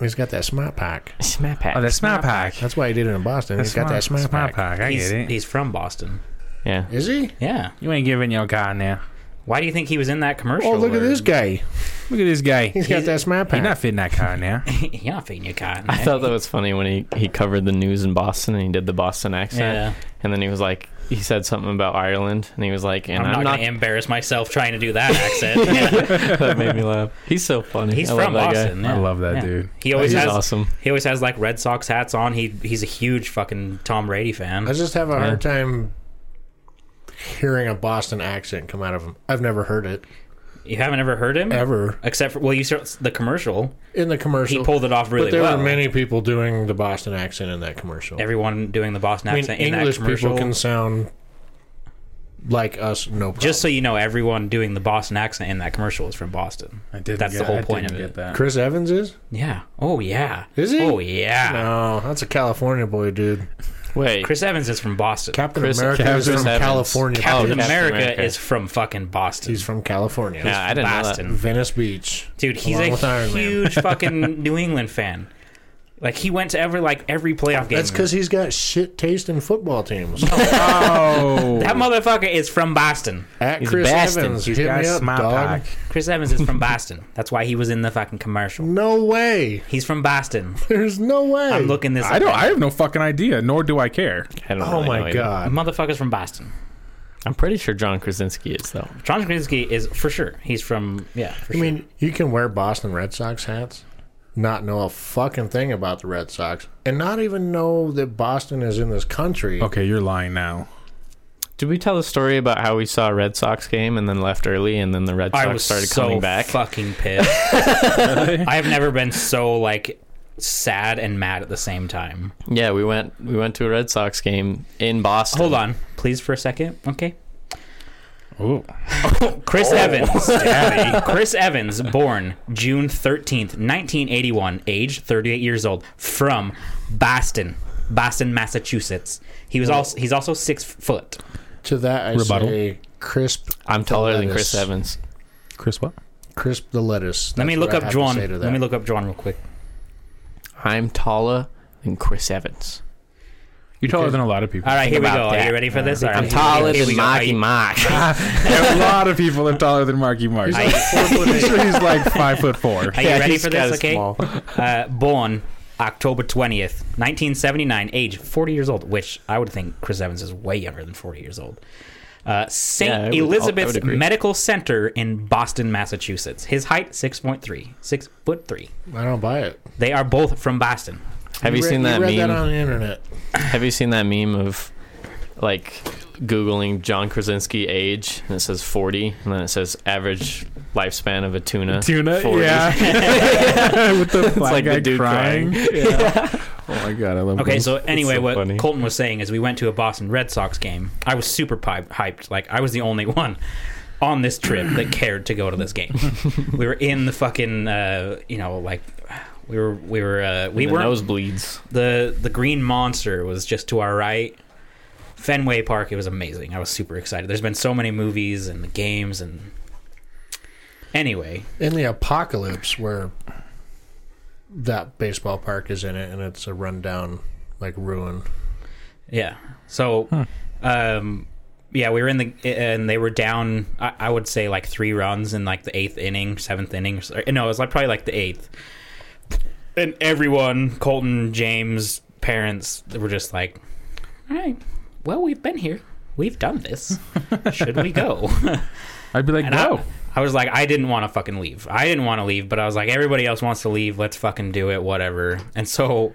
He's got that smart pack.
smack pack.
Oh, that's Smart Pack.
That's why he did it in Boston.
That's
he's got that smart, pack.
I
He's,
get it.
he's from Boston.
yeah.
Is he?
Yeah.
You ain't giving your car now.
Why do you think he was in that commercial?
Oh, look at
or-
this guy.
Look at this guy.
He's got that smile
He's
pack.
not fitting that car now.
You're not feeding your cotton.
I
eh?
thought that was funny when he, he covered the news in Boston and he did the Boston accent.
Yeah.
And then he was like, he said something about Ireland and he was like, and
I'm, not, going to embarrass myself trying to do that accent.
that made me laugh. He's so funny.
He's
I love
from
that guy.
Boston.
I
yeah.
love that
Yeah.
dude.
He always
He's
has
awesome.
he always has like Red Sox hats on. He he's a huge fucking Tom Brady
I
fan.
just have a
Yeah.
hard time hearing a Boston accent come out of him. I've never heard it
You haven't ever heard him
ever
except for well, you saw the commercial.
in the commercial.
He pulled it off really
but there
well.
were many people doing the Boston accent in that commercial.
Everyone doing the Boston
I mean,
accent in that
English
commercial.
people can sound like us, no problem.
Just so you know, everyone doing the Boston accent in that commercial is from Boston.
I did.
That's the whole point of it.
Get that.
Chris Evans is?
Yeah. Oh yeah.
Is he?
Oh yeah.
No, that's a California boy, dude.
Wait.
Chris Evans is from Boston.
Captain
Chris-
America
Captain
is from
Evans.
California.
Captain,
Oh,
dude.
Captain
America,
America.
is from fucking Boston.
He's from California.
Nah, I didn't know that.
Boston.
Venice Beach.
Dude, he's
along with
a
Iron Man.
huge fucking New England fan. Like he went to every like every playoff game.
That's because he's got shit taste in football teams.
Oh,
that motherfucker is from Boston.
At
He's
Chris
Boston.
Evans,
He's
hit
got
me up,
smile
dog.
pack.
Chris Evans is from Boston. That's why he was in the fucking commercial.
No way.
He's from Boston.
There's no way.
I'm looking this.
I
up
don't.
right
I have no fucking idea, nor do I care.
I don't
Oh
really know
my
either.
now.
god.
Motherfucker's from Boston.
I'm pretty sure John Krasinski is, though.
John Krasinski is for sure. He's from yeah. For
I mean, you can wear Boston Red Sox hats, not know a fucking thing about the Red Sox, and not even know that Boston is in this country.
Okay, you're lying now.
Did we tell the story about how we saw a Red Sox game and then left early and then the Red
I
Sox
was
started
so
coming back?
fucking pissed. I have never been so like sad and mad at the same time.
Yeah, we went we went to a Red Sox game in Boston.
Hold on, please, for a second. Okay.
Oh,
Chris
Oh,
Evans. Chris Evans, born June 13th, 1981, age 38 years old, from Boston, Boston, Massachusetts. He was also he's also 6 foot.
To that, I
Rebuttal.
say crisp,
I'm taller than
Lettuce.
Chris Evans.
Chris, what?
crisp the lettuce.
Let me
That's
look
what I
up
have to
John.
say to
Let me
that.
look up John real quick.
I'm taller than Chris Evans.
You're taller than a lot of people.
All right, here we go.
about
Are
that.
you ready for this? All
I'm
right,
taller
here we
than
go. Are
Marky
you-
Mark.
There are a lot of people that are taller than Marky Mark.
He's like four foot
He's
eight.
like five foot four.
Are you
Yeah,
ready
he's
for this?
kinda
Okay.
small.
Uh, born October 20th, 1979, age 40 years old, which I would think Chris Evans is way younger than 40 years old. Uh, St.
Yeah, I would- I
Elizabeth's
would agree.
Medical Center in Boston, Massachusetts. His height 6.3, 6 foot 3.
I don't buy it.
They are both from Boston.
Have you
read-
seen that
read
meme?
that on the internet.
Have you seen that meme of like googling John Krasinski age and it says 40 and then it says average lifespan of a tuna?
Tuna,
40.
yeah, with the black
like the
guy
dude
crying.
crying.
Yeah. oh my god, I love.
Okay,
those.
so anyway,
so
what
funny.
Colton was saying is we went to a Boston Red Sox game. I was super pi- hyped. Like, I was the only one on this trip that cared to go to this game. we were in the fucking, uh, you know, like, we were, we were, uh, we
We
were
nosebleeds.
the the green monster was just to our right fenway park it was amazing i was super excited there's been so many movies and games and anyway
In the apocalypse, where that baseball park is in it, and it's a rundown, like ruin.
yeah so um yeah we were in the and they were down I, I would say like three runs in like the eighth inning seventh inning or so- no it was like probably like the eighth and everyone colton james parents they were just like all right well we've been here we've done this should we go
I'd be like,
And
no.
I, I was like, I didn't want to fucking leave. I didn't want to leave, but I was like, everybody else wants to leave. Let's fucking do it, whatever. And so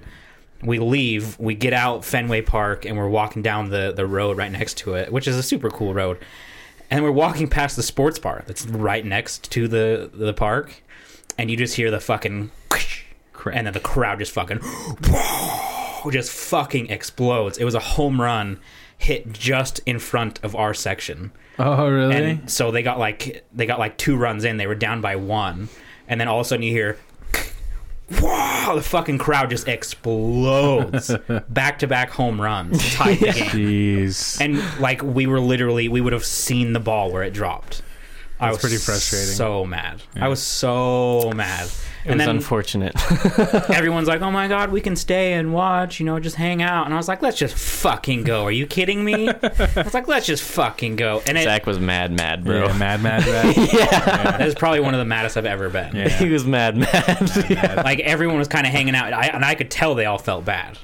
we leave. We get out Fenway Park, and we're walking down the the road right next to it, which is a super cool road. And we're walking past the sports bar that's right next to the the park, and you just hear the fucking. And then the crowd just fucking just fucking explodes. It was a home run hit just in front of our section.
Oh really?
And so they got like they got like two runs in. They were down by one, and then all of a sudden you hear, "Wow!" The fucking crowd just explodes. Back to back home runs tied the game,
Jeez.
and like we were literally we would have seen the ball where it dropped. I
That's
was
pretty frustrating.
So mad.
Yeah.
I was so mad.
It
and
was
then
unfortunate.
everyone's like, "Oh my god, we can stay and watch, you know, just hang out." And I was like, "Let's just fucking go." Are you kidding me? I was like, "Let's just fucking go." And it,
Zach was mad, mad, bro.
Yeah, mad, mad, mad.
that is probably one of the maddest I've ever been.
Yeah.
he was mad, mad.
like everyone was kind of hanging out, I, and I could tell they all felt bad.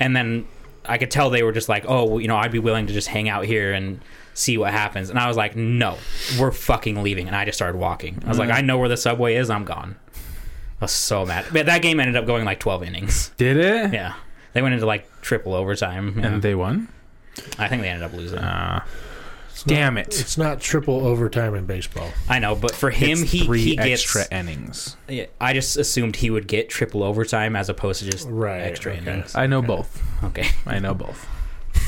And then I could tell they were just like, "Oh, well, you know, I'd be willing to just hang out here and see what happens." And I was like, "No, we're fucking leaving." And I just started walking. I was
Mm.
like, "I know where the subway is. I'm gone." I was so mad. But that game ended up going like 12 innings.
Did it?
Yeah, they went into like triple overtime. Yeah.
And they won.
I think they ended up losing.
Uh, damn it!
It's not triple overtime in baseball.
I know, but for him,
It's
he
three
he gets.
extra innings.
yeah, I just assumed he would get triple overtime as opposed to just
Right,
extra
okay.
innings.
I know both.
Okay.
I know both.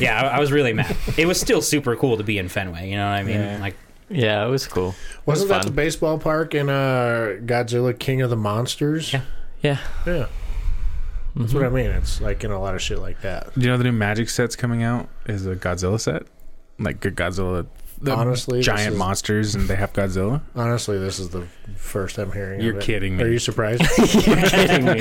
yeah, I, I was really mad. It was still super cool to be in Fenway. You know what I mean?
Yeah.
Like,
yeah, it was cool.
Wasn't that
fun.
the baseball park in uh, Godzilla King of the Monsters?
Yeah.
Yeah.
Yeah. That's what I mean. It's like in a lot of shit like that.
Do you know the new Magic set's coming out? Is a Godzilla set, like good Godzilla, the
Honestly, this
giant
is-
monsters, and they have Godzilla.
Honestly, this is the first I'm hearing.
You're
of it.
kidding me.
Are you surprised?
You're kidding me.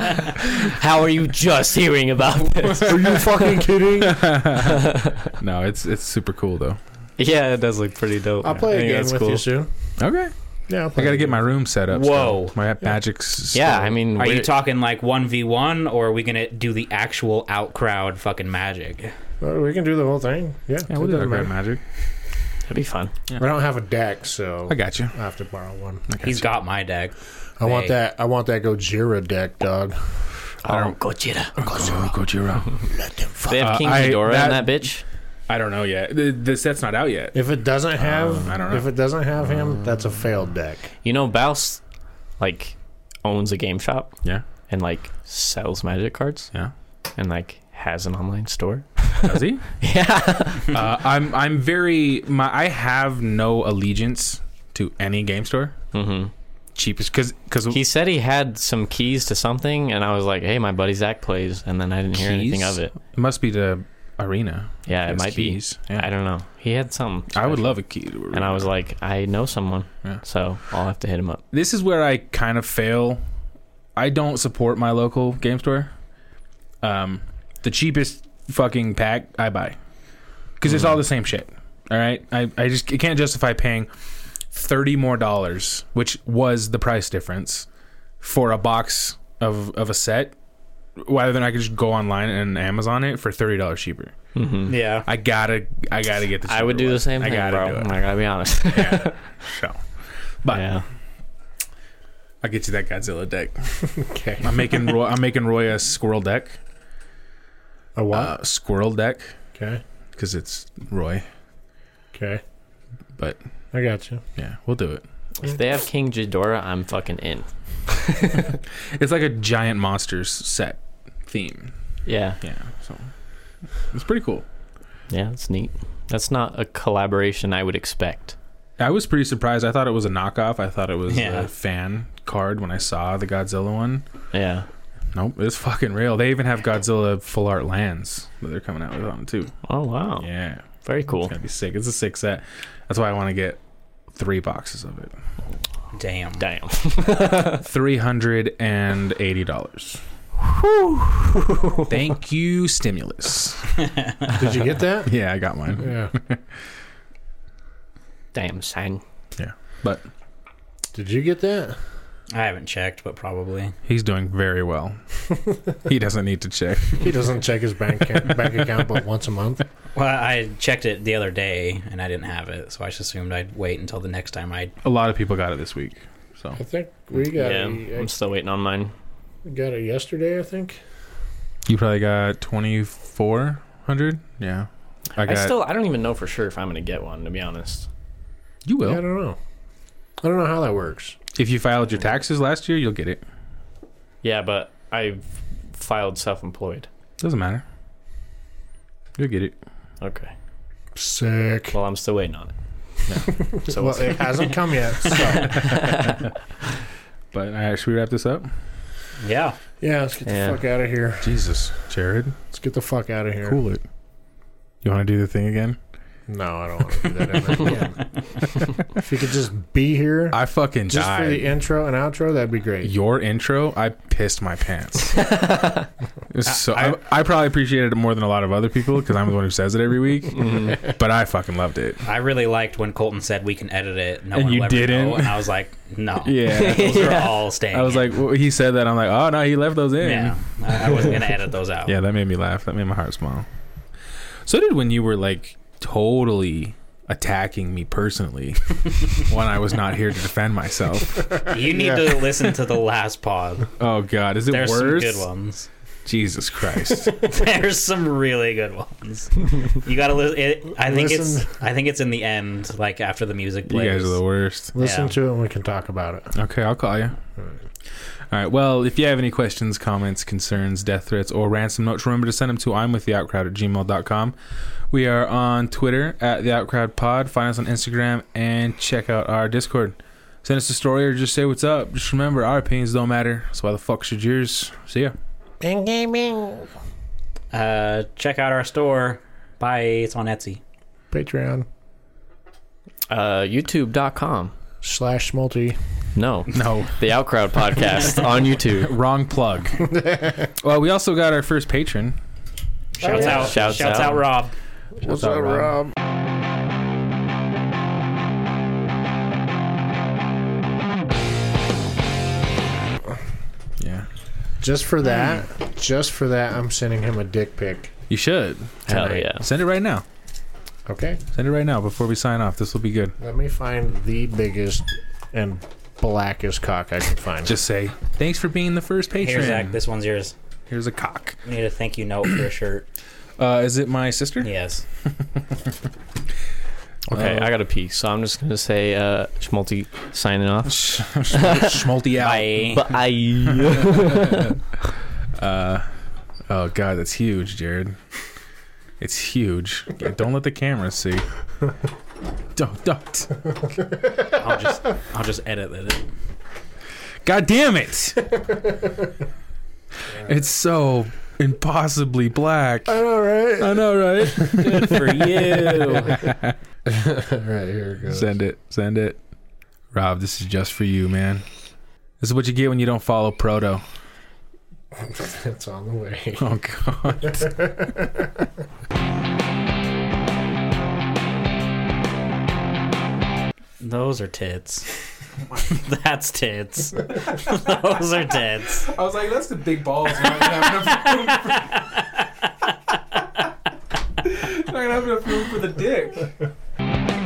How are you just hearing about this?
Are you fucking kidding?
No, it's it's super cool though.
Yeah, it does look pretty dope.
I'll play
I
a
think
game
that's
with you
cool.
soon.
Okay,
Yeah, I'll
I
play
gotta
a
get
game.
my room set up. still.
Whoa.
my Magic's.
Yeah, I mean,
are you
we're-
talking like one v one, or are we gonna do the actual out crowd fucking magic?
Well, we can do the whole thing. Yeah,
Yeah, we'll
it
do
doesn't
Grand
matter.
Magic.
that'd be fun.
I don't have a deck, so
I got you.
I have to borrow one.
I got
He's
you.
got my deck.
I want
Hey.
that. I want that Gojira deck, dog.
Oh, Gojira.
Gojira. Gojira.
They have
Uh,
King
I-
Ghidorah in
that-
that bitch.
I don't know yet. The, the set's not out yet.
If it doesn't have,
Um, I don't know.
if it doesn't have him, that's a failed deck.
You know, Baus like owns a game shop
Yeah,
and like sells Magic cards
yeah.
and like has an online store.
Does he?
Yeah,
uh, I'm I'm very my I have no allegiance to any game store.
hmm
Cheapest because because
he said he had some keys to something, and I was like, "Hey, my buddy Zach plays," and then I didn't hear anything
Keys?
of it.
it must be the arena.
Yeah, it might
be.
be. I don't know. He had some,
I would love a key. to arena.
and I was like, "I know someone,
Yeah.
so I'll have to hit him up."
this is where I kind of fail. I don't support my local game store. Um, the cheapest fucking pack I buy because
Mm-hmm.
it's all the same shit. All right, I I just I can't justify paying thirty more dollars, which was the price difference for a box of of a set. Rather than I could just go online and Amazon it for thirty dollars cheaper.
hmm
Yeah,
I gotta I gotta get this.
I would do the same
I
thing,
gotta
bro.
do it.
I gotta be honest.
So, but
yeah,
I'll get you that Godzilla deck.
Okay,
I'm making Roy, I'm making Roy a squirrel deck.
a what?
Uh, squirrel deck
okay,
because it's Roy.
okay,
But
I got you.
yeah, we'll do it.
if they have King Ghidorah, I'm fucking in.
It's like a giant monsters set theme.
Yeah,
Yeah, so it's pretty cool.
yeah, that's neat. That's not a collaboration I would expect.
I was pretty surprised. I thought it was a knockoff. I thought it was
Yeah.
a fan card when I saw the Godzilla one.
Yeah.
Nope, it's fucking real. They even have Godzilla full art lands that they're coming out with on too.
Oh wow.
Yeah,
Very
it's
cool.
gonna be sick. It's a six set. That's why I want to get three boxes of it.
damn.
Damn.
Three hundred and eighty dollars. Thank you, stimulus.
Did you get that?
Yeah, I got mine.
yeah.
Damn, son.
But
Did you get that?
I haven't checked, but probably.
he's doing very well. he doesn't need to check.
He doesn't check his bank account, bank account but once a month.
Well, I checked it the other day and I didn't have it, so I just assumed I'd wait until the next time I.
A lot of people got it this week. So
I think we got
Yeah, I'm
it,
still waiting on mine.
I got it yesterday. I think.
you probably got twenty four hundred. Yeah, I
I,
got.
still, I don't even know for sure if I'm gonna get one. To be honest,
you will
Yeah, I don't know. I don't know how that works.
if you filed your taxes last year. You'll get it.
yeah, but I've filed self-employed.
Doesn't matter. You'll get it.
Okay,
Sick.
well, I'm still waiting on it.
So well, it hasn't come yet. So.
But uh, should we wrap this up?
Yeah.
yeah, let's get
Yeah.
the fuck out of here.
Jesus, Jared,
Let's get the fuck out of here.
cool it. You want to do the thing again?
No, I don't want to do that. ever again. If you could just be here
I fucking
just for
died.
the intro and outro, that'd be great.
Your intro, I pissed my pants. It was so I,
I-
I, probably appreciated it more than a lot of other people because I'm the one who says it every week.
Mm-hmm.
But I fucking loved it.
I really liked when Colton said we can edit it. No
And
one
you
will ever
didn't?
know. And I was like, no.
Yeah.
Those
Yeah.
are all staying.
I was
in.
like, well, he said that. I'm like, oh no, he left those in.
yeah,
Yeah.
I, I wasn't gonna edit those out.
that made me laugh. That made my heart smile. So did when you were like totally attacking me personally when I was not here to defend myself.
You need
Yeah.
to listen to the last pod.
Oh God, is it
There's
worse?
some good ones.
Jesus Christ.
There's some really good ones. You gotta listen. I think it's. I think it's in the end, like after the music
you
plays.
guys are the worst.
Listen
Yeah.
to it and we can talk about it.
Okay, I'll call you. All right. Well, if you have any questions, comments, concerns, death threats, or ransom notes, remember to send them to I'm with the outcrowd at gmail.com. We are on Twitter at the outcrowd pod. Find us on Instagram and check out our Discord. Send us a story or just say what's up. Just remember, our opinions don't matter. So why the fuck should yours? See ya.
Bing, bing, bing.
uh, check out our store. Buy it's on Etsy.
Patreon
Uh, YouTube.com.
slash multi.
No,
No,
the Outcrowd podcast on YouTube.
wrong plug. well, we also got our first patron.
Shouts
yeah.
out.
Oh, Shouts
shouts
out.
out, Rob.
What's up, Rob? Yeah.
Just for that, just for that, I'm sending him a dick pic.
You should.
Hell
Alright.
yeah.
Send it right now.
Okay,
Send it right now before we sign off. This will be good.
let me find the biggest and blackest cock I can find.
Just say, thanks for being the first patron.
Here, Zach. This one's yours.
Here's a cock.
We need a thank you note for a shirt.
Uh, is it my sister?
Yes.
Okay,
Uh,
I got to pee, so I'm just going to say uh, Schmalti signing off.
Sh- Schmalti out.
Bye.
Bye.
Uh, oh, God, that's huge, Jared. It's huge. Yeah, Don't let the camera see. Don't, don't.
I'll just. I'll just edit it.
God damn it! it's so impossibly black.
I know, right?
I know, right?
Good for you.
right here it goes.
Send it. Send it. Rob, this is just for you, man. This is what you get when you don't follow Proto.
It's on the way.
Oh, God.
Those are tits. That's tits. Those are tits.
I was like, that's the big balls. Not gonna have enough room for the dick.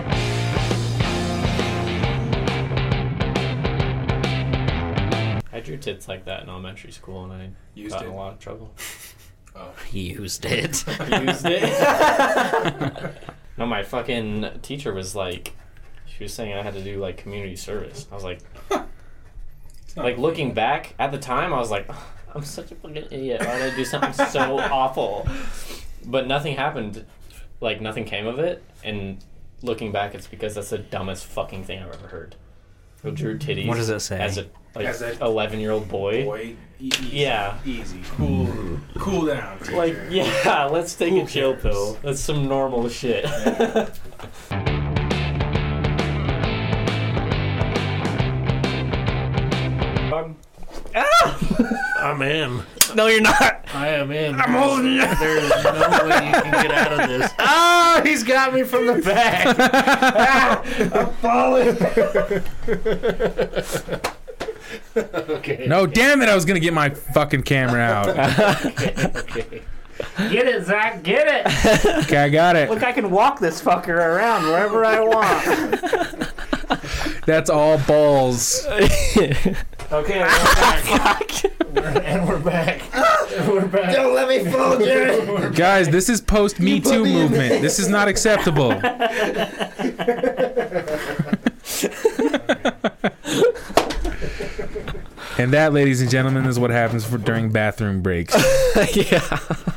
I drew tits like that in elementary school, and I
Used got in it. a
lot of trouble.
Used it.
used it. no, my fucking teacher was like, she was saying I had to do like community service. I was like, like looking back at the time, I was like, I'm such a fucking idiot. Why did I do something so awful? But nothing happened. Like nothing came of it. And looking back, it's because that's the dumbest fucking thing I've ever heard. I drew titties.
What does it say?
As a like
As a- e-,
11 year old boy. Yeah.
Easy. Cool. Cool down.
Like, yeah, let's take
Who
a chill
cares?
pill. That's some normal shit.
I'm in.
no, you're not.
I am in. I'm holding you. There's no way you can get out of this. Oh, he's got me from the back. I'm falling. okay.
No, damn it! I was gonna get my fucking camera out.
Get it, Zach. Get it.
Okay, I got it.
I can walk this fucker around wherever I want.
That's all balls.
Okay, we're back. We're- and we're back. And we're back. Don't let me fall, Jared.
Guys, this is post Me Too movement. This is not acceptable. and that, ladies and gentlemen, is what happens for, during bathroom breaks.
yeah.